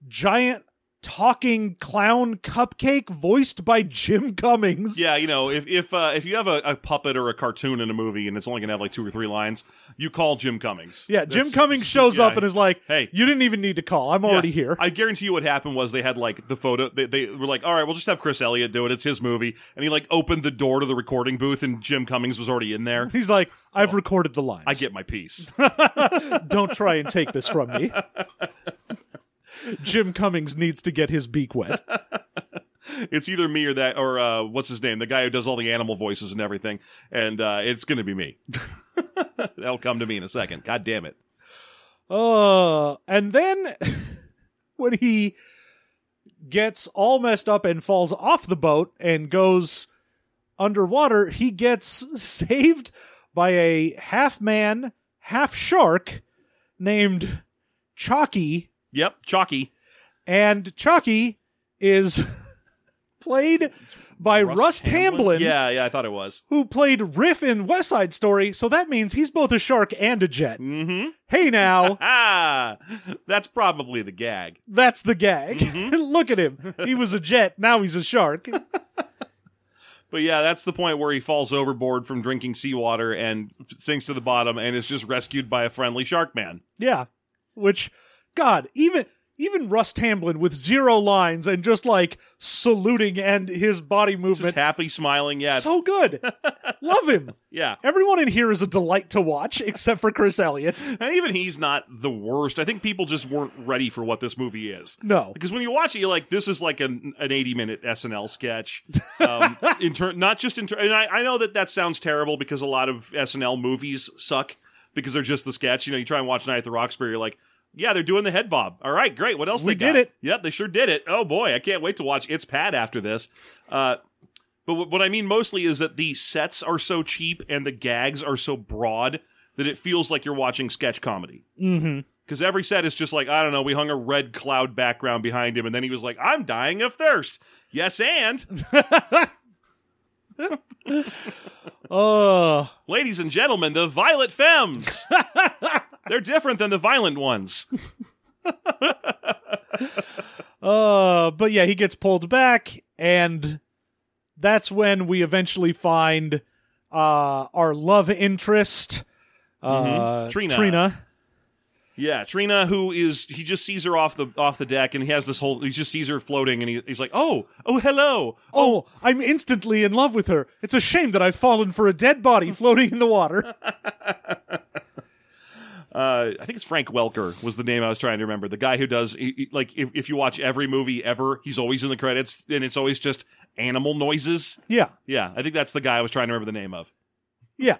giant talking clown cupcake voiced by Jim Cummings. Yeah, you know, if if uh, if you have a, a puppet or a cartoon in a movie and it's only gonna have like two or three lines, you call Jim Cummings. Yeah, Jim Cummings shows up and is like, Hey. you didn't even need to call. I'm already Yeah. here. I guarantee you what happened was they had like the photo. They, they were like, all right, we'll just have Chris Elliott do it. It's his movie. And he like opened the door to the recording booth and Jim Cummings was already in there. He's like, I've recorded the lines. Oh. I get my piece. Don't try and take this from me. Jim Cummings needs to get his beak wet. it's either me or that, or uh, what's his name? The guy who does all the animal voices and everything. And uh, it's going to be me. That'll come to me in a second. God damn it. Uh, and then when he gets all messed up and falls off the boat and goes underwater, he gets saved by a half man, half shark named Chalky. Yep, Chalky. And Chalky is played by Rust, Hamblin, Yeah, yeah, I thought it was. who played Riff in West Side Story. So that means he's both a shark and a jet. Mm-hmm. Hey now, Ah, that's probably the gag. that's the gag. Mm-hmm. Look at him. He was a jet. Now he's a shark. But yeah, that's the point where he falls overboard from drinking seawater and f- sinks to the bottom and is just rescued by a friendly shark man. Yeah. Which, God, even even Rust Hamblin with zero lines and just like saluting and his body Just movement. happy, smiling. Yeah, So good. Love him. yeah. Everyone in here is a delight to watch except for Chris Elliott. And even he's not the worst. I think people just weren't ready for what this movie is. No. Because when you watch it, you're like, this is like an, an 80 minute SNL sketch. Um, in ter- not just in ter- and I, I know that that sounds terrible because a lot of SNL movies suck because they're just the sketch. You know, you try and watch Night at the Roxbury, you're like, yeah, they're doing the head bob. All right, great. What else We they got? did it. Yep, they sure did it. Oh boy, I can't wait to watch It's Pat after this. Uh, but wh- what I mean mostly is that the sets are so cheap and the gags are so broad that it feels like you're watching sketch comedy. Mm-hmm. Because every set is just like, I don't know, we hung a red cloud background behind him, and then he was like, I'm dying of thirst. Yes, and Oh, ladies and gentlemen, the violet femmes. They're different than the violent ones. uh, but yeah, he gets pulled back, and that's when we eventually find uh, our love interest, uh, Mhm. Trina. Trina, Yeah, Trina, who is he just sees her off the off the deck, and he has this whole he just sees her floating, and he, he's like, oh, oh, hello, Oh, I'm instantly in love with her. It's a shame that I've fallen for a dead body floating in the water. uh, I think it's Frank Welker was the name I was trying to remember. The guy who does he- he- like if, if you watch every movie ever, he's always in the credits, and it's always just animal noises. Yeah, Yeah, I think that's the guy I was trying to remember the name of. yeah.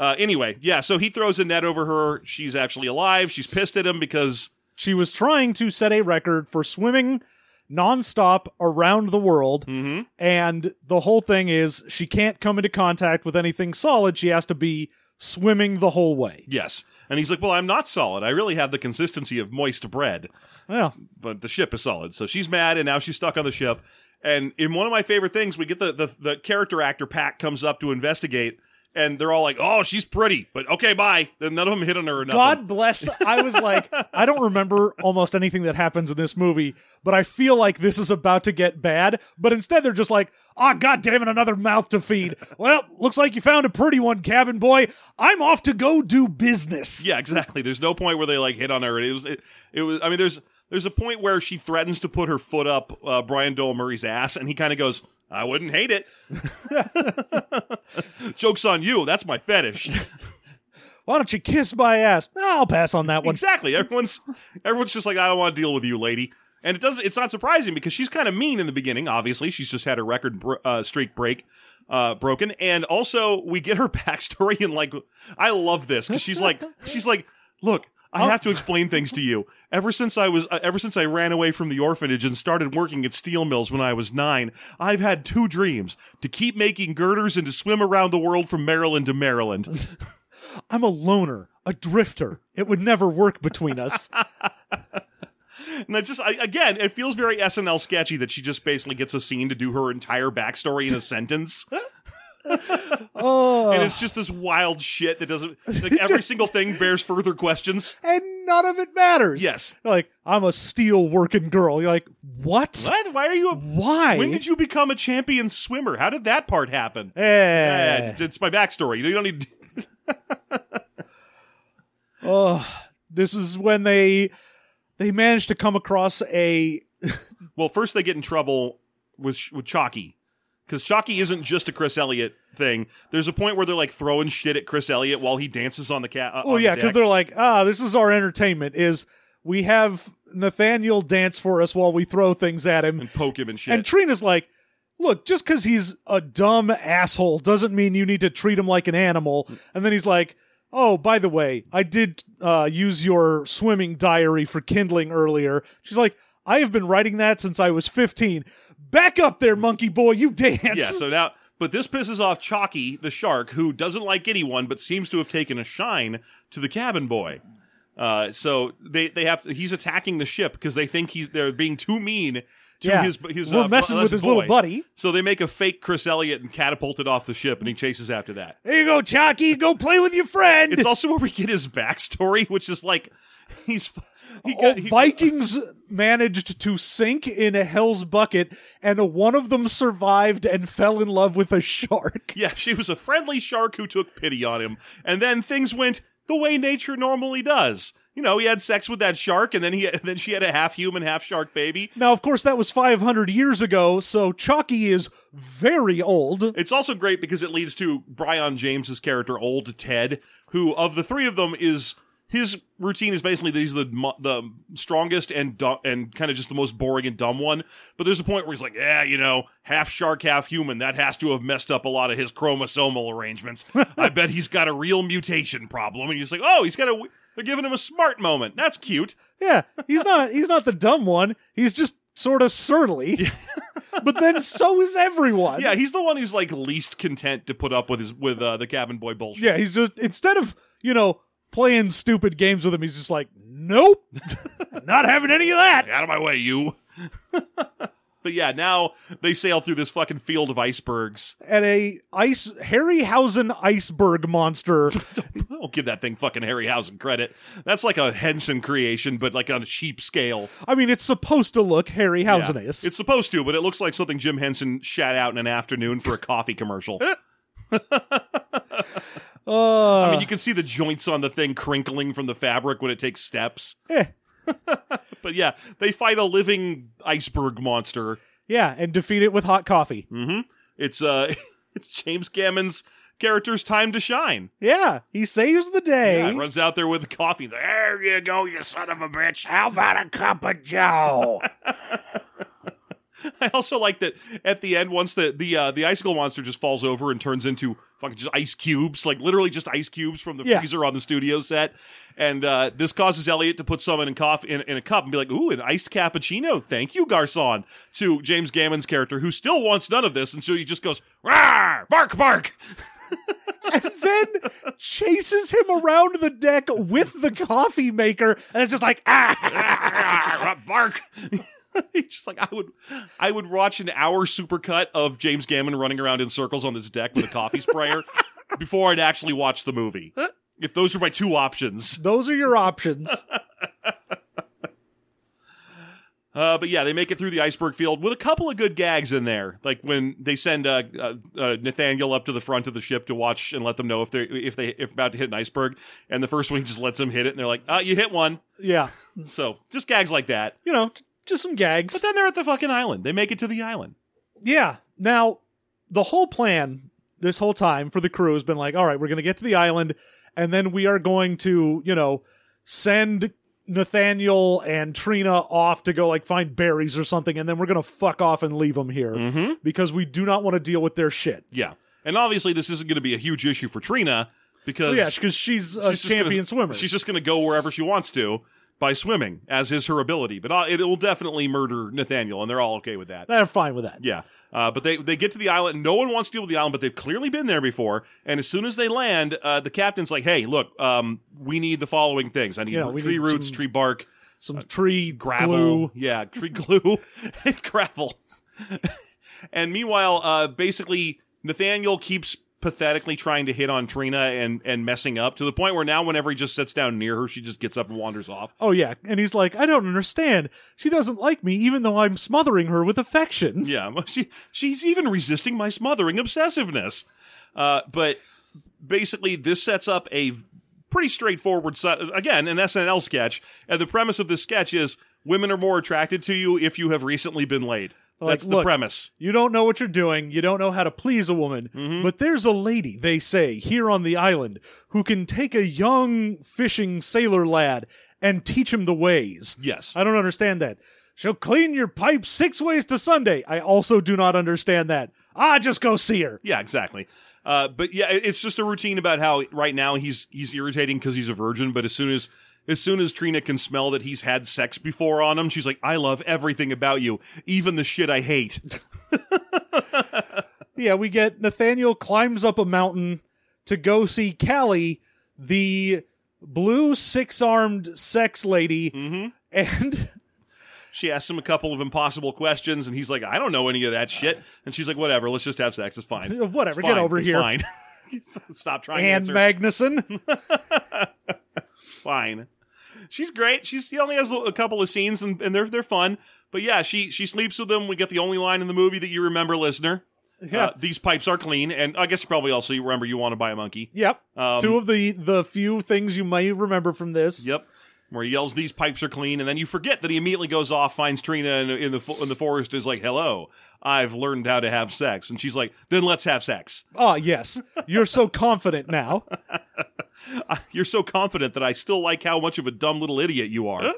Uh, anyway, yeah, so he throws a net over her. She's actually alive. She's pissed at him because She was trying to set a record for swimming nonstop around the world, Mhm. and the whole thing is she can't come into contact with anything solid. She has to be swimming the whole way. yes, and he's like, "Well, I'm not solid. I really have the consistency of moist bread, Well, but the ship is solid." So she's mad, and now she's stuck on the ship. And in one of my favorite things, we get the the, the character actor pack comes up to investigate, and they're all like, "Oh, she's pretty," but okay, bye. Then none of them hit on her or nothing. God bless. I was like, I don't remember almost anything that happens in this movie, but I feel like this is about to get bad. But instead, they're just like, ah, god damn it, another mouth to feed. Well, looks like you found a pretty one, cabin boy. I'm off to go do business. Yeah, exactly. There's no point where they like hit on her. It was it, it was. I mean, there's there's a point where she threatens to put her foot up uh, Brian Dole Murray's ass, and he kind of goes, "I wouldn't hate it." Jokes on you. That's my fetish. Why don't you kiss my ass? I'll pass on that one. exactly. Everyone's everyone's just like, "I don't want to deal with you, lady." And it doesn't. It's not surprising because she's kind of mean in the beginning. Obviously, she's just had her record br- uh, streak break. Uh, broken, and also we get her backstory, and like, I love this because she's like, she's like, look, I have to explain things to you. Ever since I was, uh, ever since I ran away from the orphanage and started working at steel mills when I was nine, I've had two dreams: to keep making girders and to swim around the world from Maryland to Maryland. I'm a loner, a drifter. It would never work between us. And I just, I, again, it feels very SNL sketchy that she just basically gets a scene to do her entire backstory in a sentence. Oh, And it's just this wild shit that doesn't, like, every single thing bears further questions. and none of it matters. Yes. You're like, I'm a steel working girl. You're like, what? What? Why are you a. Why? When did you become a champion swimmer? How did that part happen? Eh. Eh, it's my backstory. You don't need. Oh, this is when they they managed to come across a Well, first they get in trouble with with Chalky because Chalky isn't just a Chris Elliott thing. There's a point where they're like throwing shit at Chris Elliott while he dances on the cat. Uh, oh yeah because they're like ah this is our entertainment is we have Nathaniel dance for us while we throw things at him and poke him and shit. and Trina's like look just because he's a dumb asshole doesn't mean you need to treat him like an animal Mm. and then he's like oh by the way I did uh, use your swimming diary for kindling earlier she's like I have been writing that since I was fifteen back up there monkey boy you dance yeah. So now, but this pisses off Chalky the shark, who doesn't like anyone, but seems to have taken a shine to the cabin boy. Uh, so they they have he's attacking the ship because they think he's they're being too mean. to yeah. his his We're uh, messing bu- with uh, his little boy. buddy. So they make a fake Chris Elliott and catapult it off the ship, and he chases after that. There you go, Chalky. Go play with your friend. It's also where we get his backstory, which is like he's he Oh, got, he- Vikings managed to sink in a hell's bucket, and one of them survived and fell in love with a shark. Yeah, she was a friendly shark who took pity on him, and then things went the way nature normally does. You know, he had sex with that shark, and then he then she had a half human, half shark baby. Now, of course, that was 500 years ago, so Chalky is very old. It's also great because it leads to Brian James's character, Old Ted, who of the three of them is his routine is basically that he's the mo- the strongest and du- and kind of just the most boring and dumb one. But there's a point where he's like, yeah, you know, half shark, half human. That has to have messed up a lot of his chromosomal arrangements. I bet he's got a real mutation problem. And you're just like, oh, he's got a. They're giving him a smart moment. That's cute. Yeah, he's not he's not the dumb one. He's just sort of surly. but then so is everyone. Yeah, he's the one who's like least content to put up with his with uh, the cabin boy bullshit. Yeah, he's just instead of, you know, playing stupid games with him, he's just like, "Nope. not having any of that." out of my way, you. but yeah, now they sail through this fucking field of icebergs. And a ice Harryhausen iceberg monster I'll give that thing fucking Harryhausen credit. That's like a Henson creation, but like on a cheap scale. I mean, it's supposed to look Yeah. Harryhausen is. It's supposed to, but it looks like something Jim Henson shat out in an afternoon for a coffee commercial. Uh, I mean, you can see the joints on the thing crinkling from the fabric when it takes steps. eh. But yeah, they fight a living iceberg monster. yeah, and defeat it with hot coffee. hmm It's uh, it's James Gammon's character's time to shine. Yeah, he saves the day. Yeah, runs out there with the coffee. There you go, you son of a bitch. How about a cup of Joe? I also like that at the end, once the the uh, the icicle monster just falls over and turns into fucking just ice cubes, like literally just ice cubes from the Yeah. freezer on the studio set. And uh, this causes Elliot to put some in a cough in, in a cup and be like, "Ooh, an iced cappuccino, thank you, Garcon." To James Gammon's character, who still wants none of this, and so he just goes, "Rar, bark, bark." then chases him around the deck with the coffee maker, and it's just like ah. bark. He's just like I would, I would watch an hour supercut of James Gammon running around in circles on this deck with a coffee sprayer before I'd actually watch the movie. If those were my two options, Those are your options. uh, but yeah, they make it through the iceberg field with a couple of good gags in there, like when they send uh, uh, uh, Nathaniel up to the front of the ship to watch and let them know if they are if they if about to hit an iceberg, and the first one he just lets them hit it, and they're like, "Ah, you hit one," Yeah, so just gags like that. you know, just some But gags. then they're at the fucking island. They make it to the island. Yeah. Now, the whole plan this whole time for the crew has been like, all right, we're going to get to the island, and then we are going to, you know, send Nathaniel and Trina off to go like find berries or something, and then we're going to fuck off and leave them here Mm-hmm. because we do not want to deal with their shit. Yeah. And obviously, this isn't going to be a huge issue for Trina because Oh, Yeah, because she's a she's just champion gonna, swimmer. She's just going to go wherever she wants to by swimming, as is her ability. But uh, it will definitely murder Nathaniel, and they're all okay with that. They're fine with that. Yeah. Uh, but they, they get to the island. No one wants to deal with the island, but they've clearly been there before. And as soon as they land, uh, the captain's like, hey, look, um, we need the following things. I need Yeah, we tree need roots, some tree bark, Some tree gravel. glue. Yeah, tree glue and gravel. and meanwhile, uh, basically, Nathaniel keeps pathetically trying to hit on Trina and and messing up to the point where now whenever he just sits down near her, she just gets up and wanders off. Oh yeah, and he's like, I don't understand. She doesn't like me, even though I'm smothering her with affection. Yeah, well, she she's even resisting my smothering obsessiveness. Uh, but basically, this sets up a v- pretty straightforward set, again an SNL sketch, and the premise of this sketch is women are more attracted to you if you have recently been laid. Like, That's the look, premise. You don't know what you're doing. You don't know how to please a woman. But there's a lady, they say, here on the island who can take a young fishing sailor lad and teach him the ways. Yes. I don't understand that. She'll clean your pipe six ways to Sunday. I also do not understand that. Ah, just go see her. Yeah, exactly. Uh, but yeah, it- it's just a routine about how right now he's he's irritating because he's a virgin, but as soon as as soon as Trina can smell that he's had sex before on him, she's like, "I love everything about you, even the shit I hate." Yeah, we get Nathaniel climbs up a mountain to go see Callie, the blue six armed sex lady, Mm-hmm. and She asks him a couple of impossible questions, and he's like, I don't know any of that shit. And she's like, whatever, let's just have sex. It's fine. It's Whatever, get fine. over It's here. fine. Stop trying Anne to answer. Magnuson. it's fine. She's great. She's she only has a couple of scenes, and, and they're they're fun. But yeah, she she sleeps with him. We get the only line in the movie that you remember, listener. Yeah. Uh, these pipes are clean, and I guess you probably also remember you want to buy a monkey. Yep. Um, Two of the the few things you may remember from this. Yep. Where he yells, "These pipes are clean," and then you forget that he immediately goes off, finds Trina in, in the fo- in the forest, is like, "Hello, I've learned how to have sex," and she's like, "Then let's have sex." Ah, yes. You're so confident now. You're so confident that I still like how much of a dumb little idiot you are.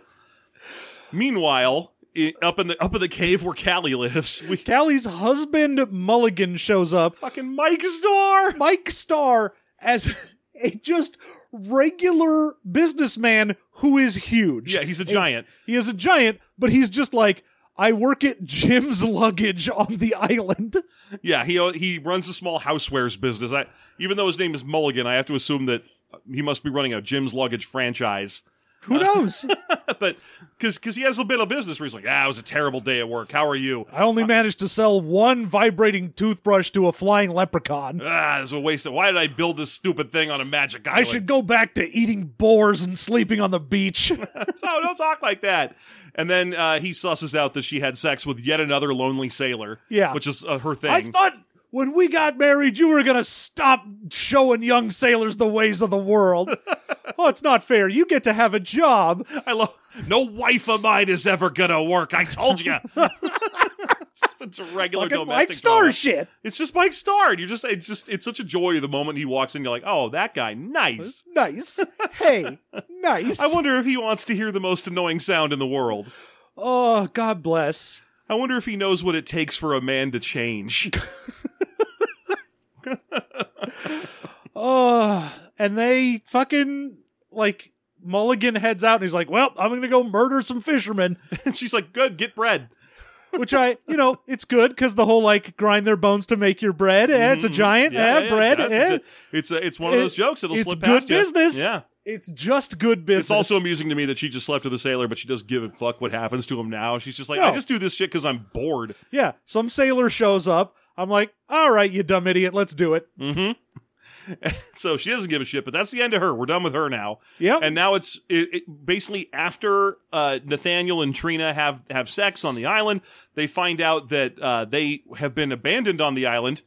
Meanwhile, i- up in the up in the cave where Callie lives, we Callie's husband Mulligan shows up. fucking Mike's door. Mike Starr as a just regular businessman who is huge. Yeah, he's a giant. He is a giant, but he's just like, I work at Jim's luggage on the island. Yeah, he he runs a small housewares business. I, even though his name is Mulligan, I have to assume that he must be running a Jim's Luggage franchise. Who Uh, knows? but because because he has a bit of business where he's like, ah, it was a terrible day at work. How are you? I only managed to sell one vibrating toothbrush to a flying leprechaun. Ah, it was a waste. Of, why did I build this stupid thing on a magic I island? should go back to eating boars and sleeping on the beach. so don't talk like that. And then uh, he susses out that she had sex with yet another lonely sailor. Yeah. which is uh, her thing. I thought when we got married, you were going to stop showing young sailors the ways of the world. oh, it's not fair. You get to have a job. I love no wife of mine is ever gonna work. I told you. it's a regular Fucking domestic Mike Star drama. shit. It's just Mike Star. You just it's just it's such a joy the moment he walks in. You're like, oh, that guy, nice. Nice. Hey, nice. I wonder if he wants to hear the most annoying sound in the world. oh, God bless. I wonder if he knows what it takes for a man to change. Oh, and they fucking like Mulligan heads out and he's like, well, I'm going to go murder some fishermen, and she's like, good, get bread. which I, you know, it's good because the whole like grind their bones to make your bread. Eh, Mm-hmm. it's a giant. eh, bread. eh. Mm, that's- It's, a, it's one of those It- jokes. It'll it's slip good past you. business. Yeah. It's just good business. It's also amusing to me that she just slept with a sailor, but she doesn't give a fuck what happens to him now. She's just like, No. I just do this shit because I'm bored. Yeah, some sailor shows up. I'm like, all right, you dumb idiot, let's do it. So she doesn't give a shit, but that's the end of her. We're done with her now. Yep. And now it's it, it, basically after uh, Nathaniel and Trina have, have sex on the island, they find out that uh, they have been abandoned on the island.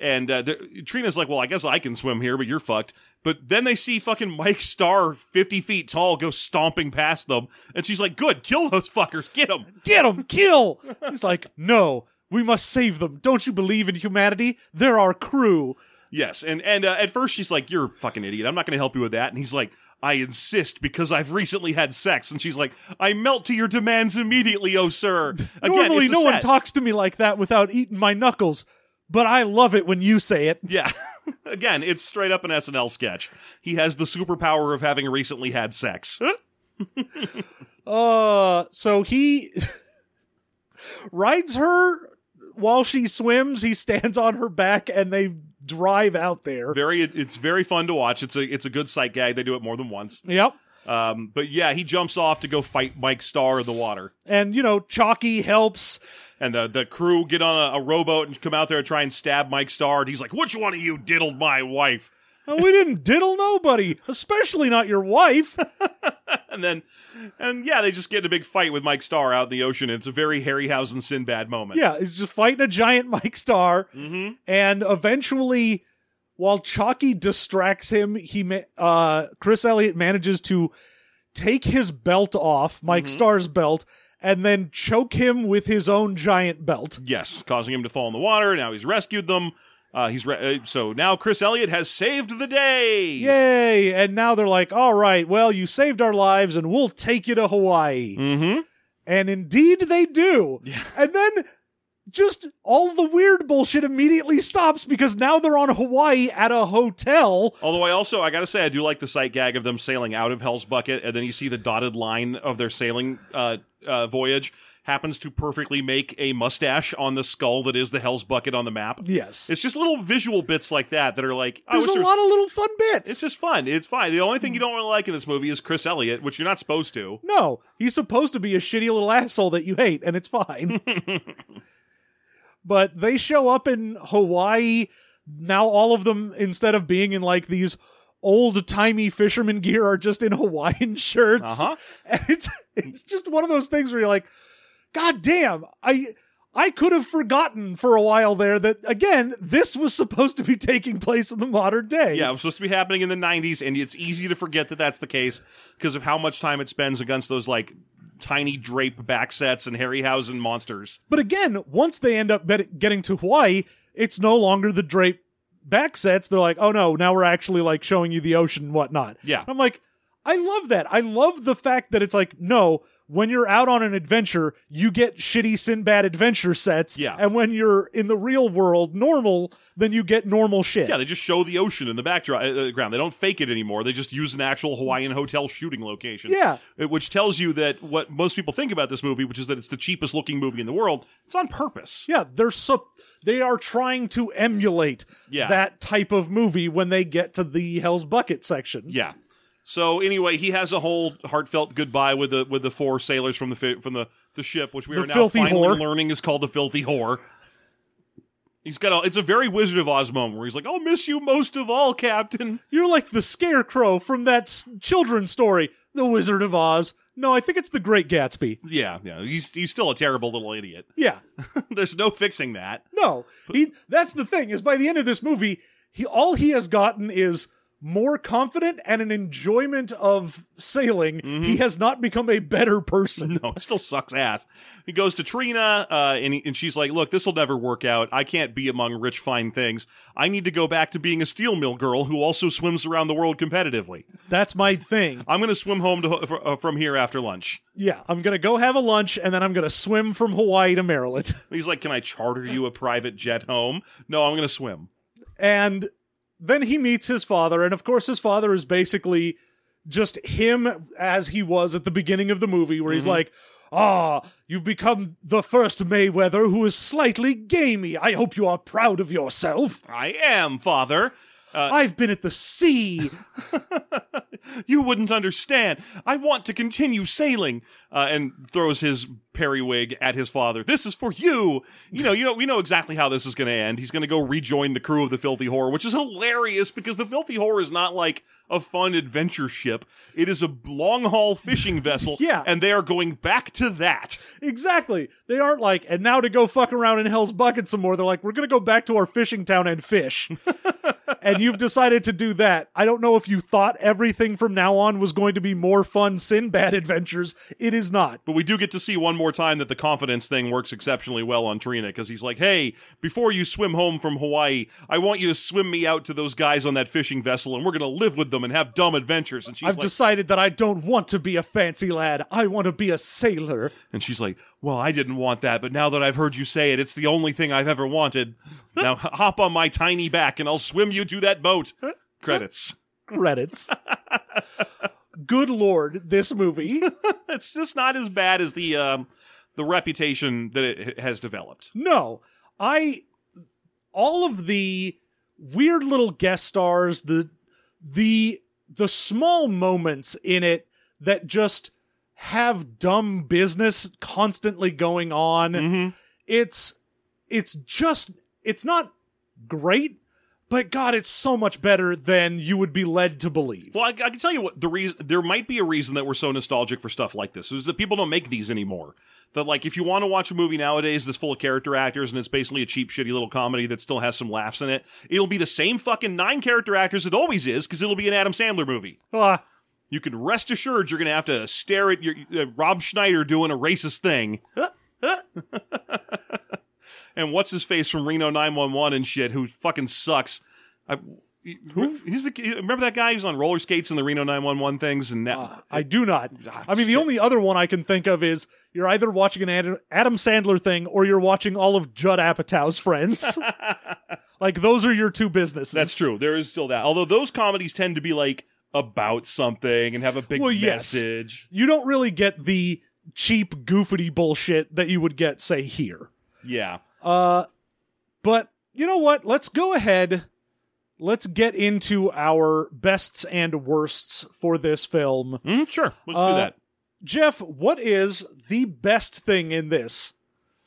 And uh, the- Trina's like, well, I guess I can swim here, but you're fucked. But then they see fucking Mike Starr, 50 feet tall, go stomping past them. And she's like, good, kill those fuckers, get them. Get him, kill. He's like, no, we must save them. Don't you believe in humanity? They're our crew. Yes, and and uh, at first she's like, "You're a fucking idiot. I'm not going to help you with that." And he's like, "I insist because I've recently had sex." And she's like, "I melt to your demands immediately, oh sir." Again, Normally, it's a no one set. talks to me like that without eating my knuckles, but I love it when you say it. Yeah, again, it's straight up an SNL sketch. He has the superpower of having recently had sex. Uh, so he rides her while she swims. He stands on her back, and they drive out there. very, it's very fun to watch. It's a it's a good sight gag. They do it more than once. Yep. Um, but yeah, he jumps off to go fight Mike Starr in the water. And you know, Chalky helps. And the, the crew get on a, a rowboat and come out there and try and stab Mike Starr. And he's like, Which one of you diddled my wife? No, we didn't diddle nobody, especially not your wife. And then, and yeah, they just get in a big fight with Mike Starr out in the ocean. It's a very Harryhausen Sinbad moment. yeah, it's just fighting a giant Mike Star, Mm-hmm. and eventually, while Chalky distracts him, he ma- uh, Chris Elliott manages to take his belt off, Mike Star's belt, and then choke him with his own giant belt. Yes, causing him to fall in the water. Now he's rescued them. Uh, he's re- uh, so now Chris Elliott has saved the day. Yay! And now they're like, "All right, well, you saved our lives, and we'll take you to Hawaii." Mm-hmm. And indeed they do. And then just all the weird bullshit immediately stops because now they're on Hawaii at a hotel. Although I also I gotta say I do like the sight gag of them sailing out of Hell's Bucket, and then you see the dotted line of their sailing uh, uh, voyage, happens to perfectly make a mustache on the skull that is the Hell's Bucket on the map. Yes. It's just little visual bits like that that are like I There's wish a there was- lot of little fun bits. It's just fun. It's fine. The only thing you don't really like in this movie is Chris Elliott, which you're not supposed to. No, he's supposed to be a shitty little asshole that you hate, and it's fine. but they show up in Hawaii. Now, all of them, instead of being in like these old timey fisherman gear, are just in Hawaiian shirts. Uh-huh. And it's, it's just one of those things where you're like, God damn, I. I could have forgotten for a while there that again this was supposed to be taking place in the modern day. Yeah, it was supposed to be happening in the 90s, and it's easy to forget that that's the case because of how much time it spends against those like tiny drape back sets and Harryhausen monsters. But again, once they end up bet- getting to Hawaii, it's no longer the drape back sets. They're like, oh no, now we're actually like showing you the ocean and whatnot. Yeah. I'm like, I love that. I love the fact that it's like, no, when you're out on an adventure, you get shitty Sinbad adventure sets. Yeah. And when you're in the real world, normal, then you get normal shit. Yeah, they just show the ocean in the background. Uh, ground. They don't fake it anymore. They just use an actual Hawaiian hotel shooting location. Yeah. Uh, which tells you that what most people think about this movie, which is that it's the cheapest looking movie in the world, it's on purpose. Yeah, they're so they are trying to emulate Yeah. that type of movie when they get to the Hell's Bucket section. Yeah. So anyway, he has a whole heartfelt goodbye with the with the four sailors from the fi- from the, the ship, which we The are now filthy finally whore. learning is called the filthy whore. He's got a it's a very Wizard of Oz moment where he's like, "I'll miss you most of all, Captain." You're like the scarecrow from that s- children's story, The Wizard of Oz. No, I think it's The Great Gatsby. Yeah, yeah. He's he's still a terrible little idiot. Yeah. There's no fixing that. No. He that's the thing is by the end of this movie, he all he has gotten is more confident and an enjoyment of sailing. He has not become a better person. No, it still sucks ass. He goes to Trina, uh, and, he, and she's like, "Look, this will never work out. I can't be among rich, fine things. I need to go back to being a steel mill girl who also swims around the world competitively. That's my thing. I'm going to swim home to, fr- uh, from here after lunch." Yeah, I'm going to go have a lunch and then I'm going to swim from Hawaii to Maryland. He's like, "Can I charter you a private jet home?" No, I'm going to swim. And then he meets his father, and of course, his father is basically just him as he was at the beginning of the movie, where he's like, Ah, you've become the first Mayweather who is slightly gamey. I hope you are proud of yourself. I am father. I've been at the sea. You wouldn't understand. I want to continue sailing. Uh, and throws his periwig at his father. This is for you. You know, you know, we know exactly how this is going to end. He's going to go rejoin the crew of the Filthy Whore, which is hilarious because the Filthy Whore is not like a fun adventure ship. It is a long haul fishing vessel. Yeah. And they are going back to that. exactly. They aren't like, and now to go fuck around in Hell's Bucket some more. They're like, we're going to go back to our fishing town and fish. and you've decided to do that. I don't know if you thought everything from now on was going to be more fun Sinbad adventures. It is not. But we do get to see one more time that the confidence thing works exceptionally well on Trina because he's like, hey, before you swim home from Hawaii, I want you to swim me out to those guys on that fishing vessel and we're going to live with them and have dumb adventures. And she's, I've like, decided that I don't want to be a fancy lad. I want to be a sailor. and she's like, well, I didn't want that, but now that I've heard you say it, it's the only thing I've ever wanted. now h- hop on my tiny back and I'll swim you to that boat. Credits. Credits. Good lord, this movie. It's just not as bad as the, um, the reputation that it h- has developed. No, I. All of the weird little guest stars, the the the small moments in it that just have dumb business constantly going on. Mm-hmm. It's it's just it's not great, but God, it's so much better than you would be led to believe. Well, I, I can tell you what the reason there might be a reason that we're so nostalgic for stuff like this is that people don't make these anymore. That like if you want to watch a movie nowadays that's full of character actors and it's basically a cheap, shitty little comedy that still has some laughs in it, it'll be the same fucking nine character actors it always is because it'll be an Adam Sandler movie. Ah, You can rest assured you're going to have to stare at your uh, Rob Schneider doing a racist thing. and what's his face from Reno 911 and shit who fucking sucks. I, who? He's the remember that guy who's on roller skates in the Reno 911 things and now I do not. Ah, I mean, the only other one I can think of is you're either watching an Ad- Adam Sandler thing or you're watching all of Judd Apatow's friends. like those are your two businesses. That's true. There is still that. Although those comedies tend to be like about something and have a big Well, yes. message. You don't really get the cheap goofity bullshit that you would get say here. Yeah. Uh, but you know what? Let's go ahead. Let's get into our bests and worsts for this film. Mm, sure. Let's Uh, do that. Jeff, what is the best thing in this?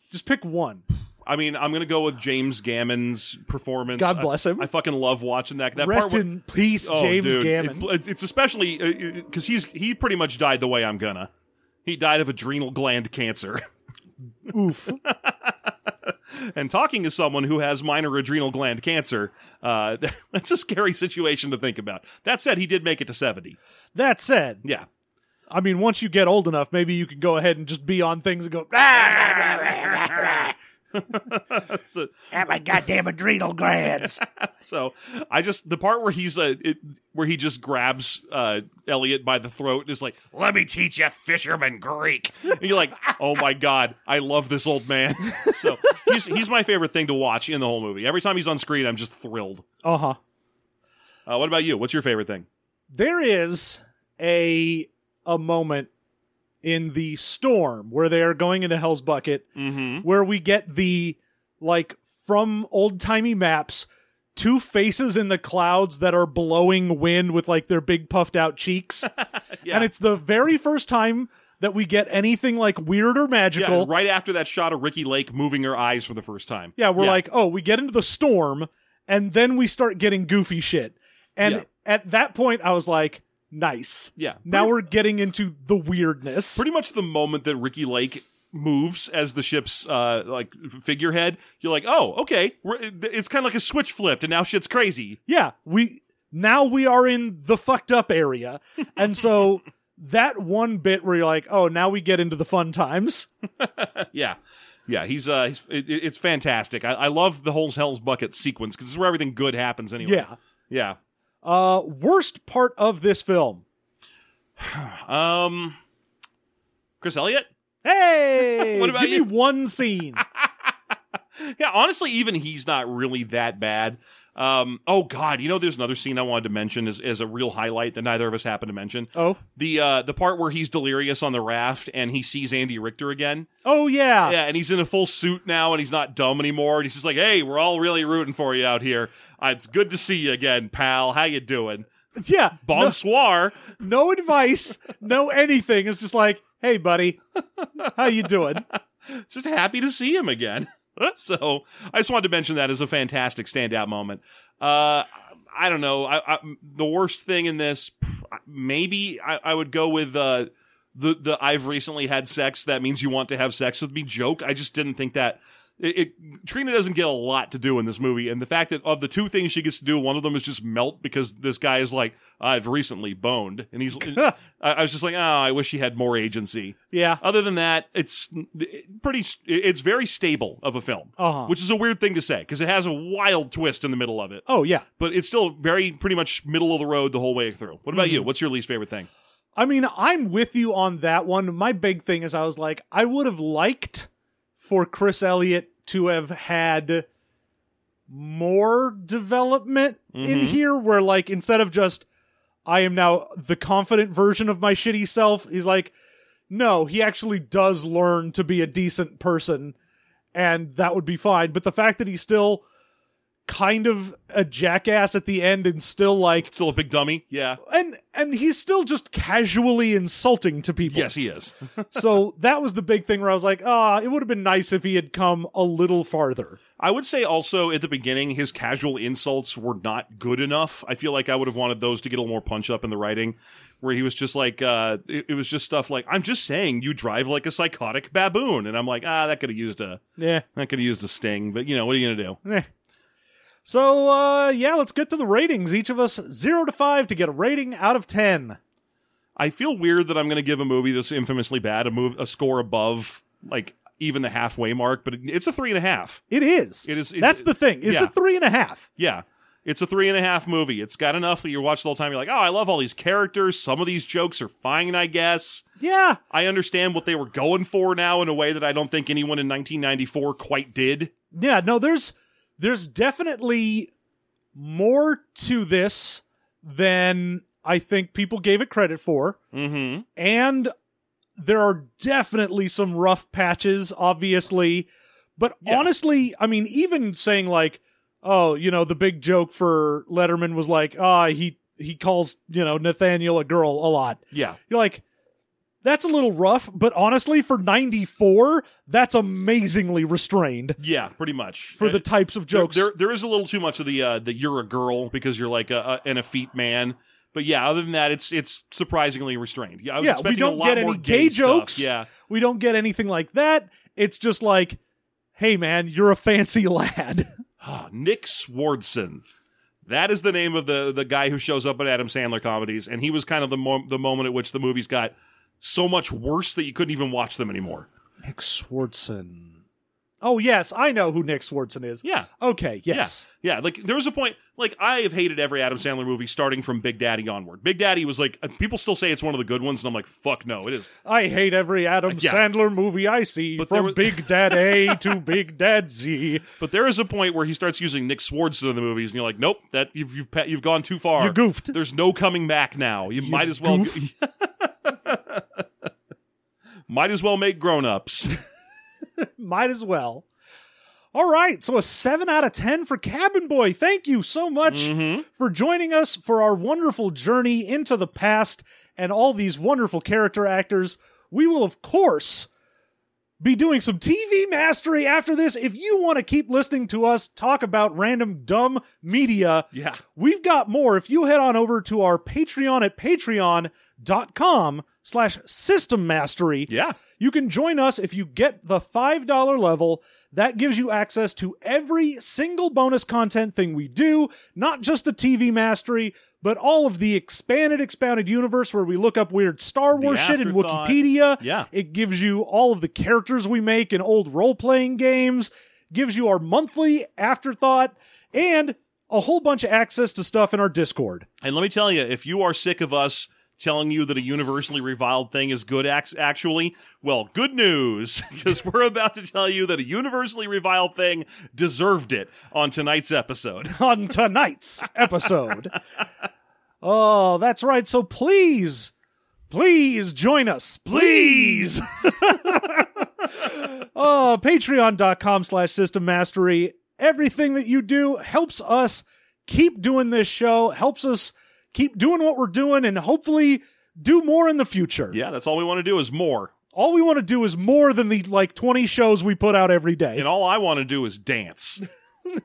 Just pick one. I mean, I'm gonna go with James Gammon's performance. God I- bless him. I, fucking love watching that. That Rest part where- in peace, Oh, James dude, Gammon. it- it's especially because he's he pretty much died the way I'm gonna. He died of adrenal gland cancer. Oof. and talking to someone who has minor adrenal gland cancer, uh, that's a scary situation to think about. That said, he did make it to 70. That said, Yeah. I mean, once you get old enough, maybe you can go ahead and just be on things and go. "Ah!" So, At my goddamn adrenal glands. so I just the part where he's uh, it, where he just grabs uh, Elliot by the throat and is like, Let me teach you fisherman Greek. and you're like, oh my god, I love this old man. so he's he's my favorite thing to watch in the whole movie. Every time he's on screen, I'm just thrilled. Uh huh. Uh, what about you? What's your favorite thing? There is a a moment in the storm where they are going into Hell's Bucket, Mm-hmm. where we get the like from old timey maps, two faces in the clouds that are blowing wind with like their big puffed out cheeks, Yeah. and it's the very first time that we get anything like weird or Yeah, magical. and right after that shot of Ricky Lake moving her eyes for the first time. Yeah, we're like, oh, we get into the storm, and then we start getting goofy shit. And Yeah. at that point, I was like, nice. Yeah. Now we're getting into the weirdness. pretty much the moment that Ricky Lake moves as the ship's uh like f- figurehead you're like oh okay We're, it's kind of like a switch flipped and now shit's crazy yeah, we now we are in the fucked up area, and so that one bit where you're like, oh, now we get into the fun times. yeah yeah he's uh he's, it, it- it's fantastic I, I love the whole hell's bucket sequence because it's where everything good happens anyway Yeah. yeah Uh, worst part of this film. um chris elliott Hey, What about give you? me one scene. yeah honestly even he's not really that bad um oh god you know there's another scene i wanted to mention as, as a real highlight that neither of us happened to mention oh, the uh the part where he's delirious on the raft and he sees Andy Richter again. oh yeah. Yeah, and he's in a full suit now and he's not dumb anymore and he's just like, "Hey, we're all really rooting for you out here. Uh, it's good to see you again, pal. How you doing? yeah. Bonsoir." no advice, no anything. It's just like, hey, buddy, how you doing? Just happy to see him again. so, I just wanted to mention that as a fantastic standout moment. Uh I don't know. I, I the worst thing in this pff, maybe I, I would go with uh the the I've recently had sex. That means you want to have sex with me joke. I just didn't think that. It, it Trina doesn't get a lot to do in this movie, and the fact that of the two things she gets to do, one of them is just melt because this guy is like, I've recently boned, and he's. I, I was just like, oh, I wish she had more agency. Yeah. Other than that, it's it- pretty. s- It's very stable of a film, Uh-huh. which is a weird thing to say because it has a wild twist in the middle of it, Oh, yeah. but it's still very pretty much middle of the road the whole way through. What about you? What's your least favorite thing? I mean, I'm with you on that one. My big thing is I was like, I would have liked for Chris Elliott to have had more development in here where like instead of just I am now the confident version of my shitty self, he's like, no, he actually does learn to be a decent person and that would be fine. But the fact that he's still kind of a jackass at the end and still like Still a big dummy? Yeah. and and he's still just casually insulting to people. Yes, he is. so that was the big thing where I was like, ah, it would have been nice if he had come a little farther. I would say also at the beginning, his casual insults were not good enough. I feel like I would have wanted those to get a little more punch up in the writing, where he was just like, uh, it, it was just stuff like, "I'm just saying, you drive like a psychotic baboon," and I'm like, ah, that could have used a, Yeah. that could have used a sting, but you know, what are you gonna do? Eh. So uh, yeah, let's get to the ratings. Each of us zero to five to get a rating out of ten. I feel weird that I'm gonna give a movie this infamously bad a move a score above like even the halfway mark, but it, it's a three and a half. It is. It is- it- That's the thing. It's yeah. a three and a half. Yeah. It's a three and a half movie. It's got enough that you watch the whole time. You're like, oh, I love all these characters. Some of these jokes are fine, I guess. Yeah. I understand what they were going for now in a way that I don't think anyone in 1994 quite did. Yeah, no, there's there's definitely more to this than I think people gave it credit for. Mm-hmm. and there are definitely some rough patches, obviously. But Yeah. honestly, I mean, even saying like, oh, you know, the big joke for Letterman was like, ah, he he calls you know Nathaniel a girl a lot. Yeah. You're like, that's a little rough, but honestly, for '94, that's amazingly restrained Yeah, pretty much. for Uh, the types of there- jokes. There, there is a little too much of the uh, the you're a girl because you're like a, a, an effete man. But yeah, other than that, it's it's surprisingly restrained. Yeah, I was Yeah, we expecting don't a lot get more any gay stuff. jokes. Yeah, we don't get anything like that. It's just like, hey man, you're a fancy lad. Ah, Nick Swardson. That is the name of the the guy who shows up in Adam Sandler comedies, and he was kind of the mo- the moment at which the movies got so much worse that you couldn't even watch them anymore. Nick Swartzen. Oh yes, I know who Nick Swartzen is. Yeah. Okay. Yes. Yeah, yeah. Like there was a point. Like I have hated every Adam Sandler movie starting from Big Daddy onward. Big Daddy was like uh, people still say it's one of the good ones, and I'm like, fuck no, it is. I hate every Adam Yeah. Sandler movie I see, But there from was- Big Dad A to Big Dad Z. But there is a point where he starts using Nick Swardson in the movies, and you're like, nope, that you've you've, pa- you've gone too far. You goofed. There's no coming back now. You, might as well. goof. might as well make grown-ups. Might as well. All right, so a seven out of ten for Cabin Boy. Thank you so much for joining us for our wonderful journey into the past and all these wonderful character actors. We will, of course, be doing some TV mastery after this. If you want to keep listening to us talk about random dumb media, Yeah. we've got more. If you head on over to our Patreon at patreon.com slash system mastery, Yeah. you can join us if you get the $5 level. That gives you access to every single bonus content thing we do, not just the TV mastery, but all of the expanded, expounded universe where we look up weird Star Wars shit in afterthought. Wikipedia. Yeah. It gives you all of the characters we make in old role playing games, gives you our monthly afterthought, and a whole bunch of access to stuff in our Discord. And let me tell you, if you are sick of us telling you that a universally reviled thing is good ax- actually, well, good news, because we're about to tell you that a universally reviled thing deserved it on tonight's episode. on tonight's episode. oh, that's right. So please, please join us. Please. oh, patreon.com slash system mastery. Everything that you do helps us keep doing this show, helps us keep doing what we're doing, and hopefully do more in the future. Yeah, that's all we want to do is more. All we want to do is more than the like 20 shows we put out every day. And all I want to do is dance.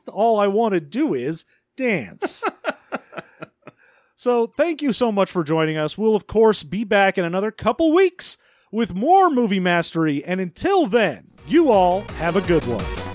all I want to do is dance. so thank you so much for joining us. We'll of course be back in another couple weeks with more movie mastery and until then, you all have a good one.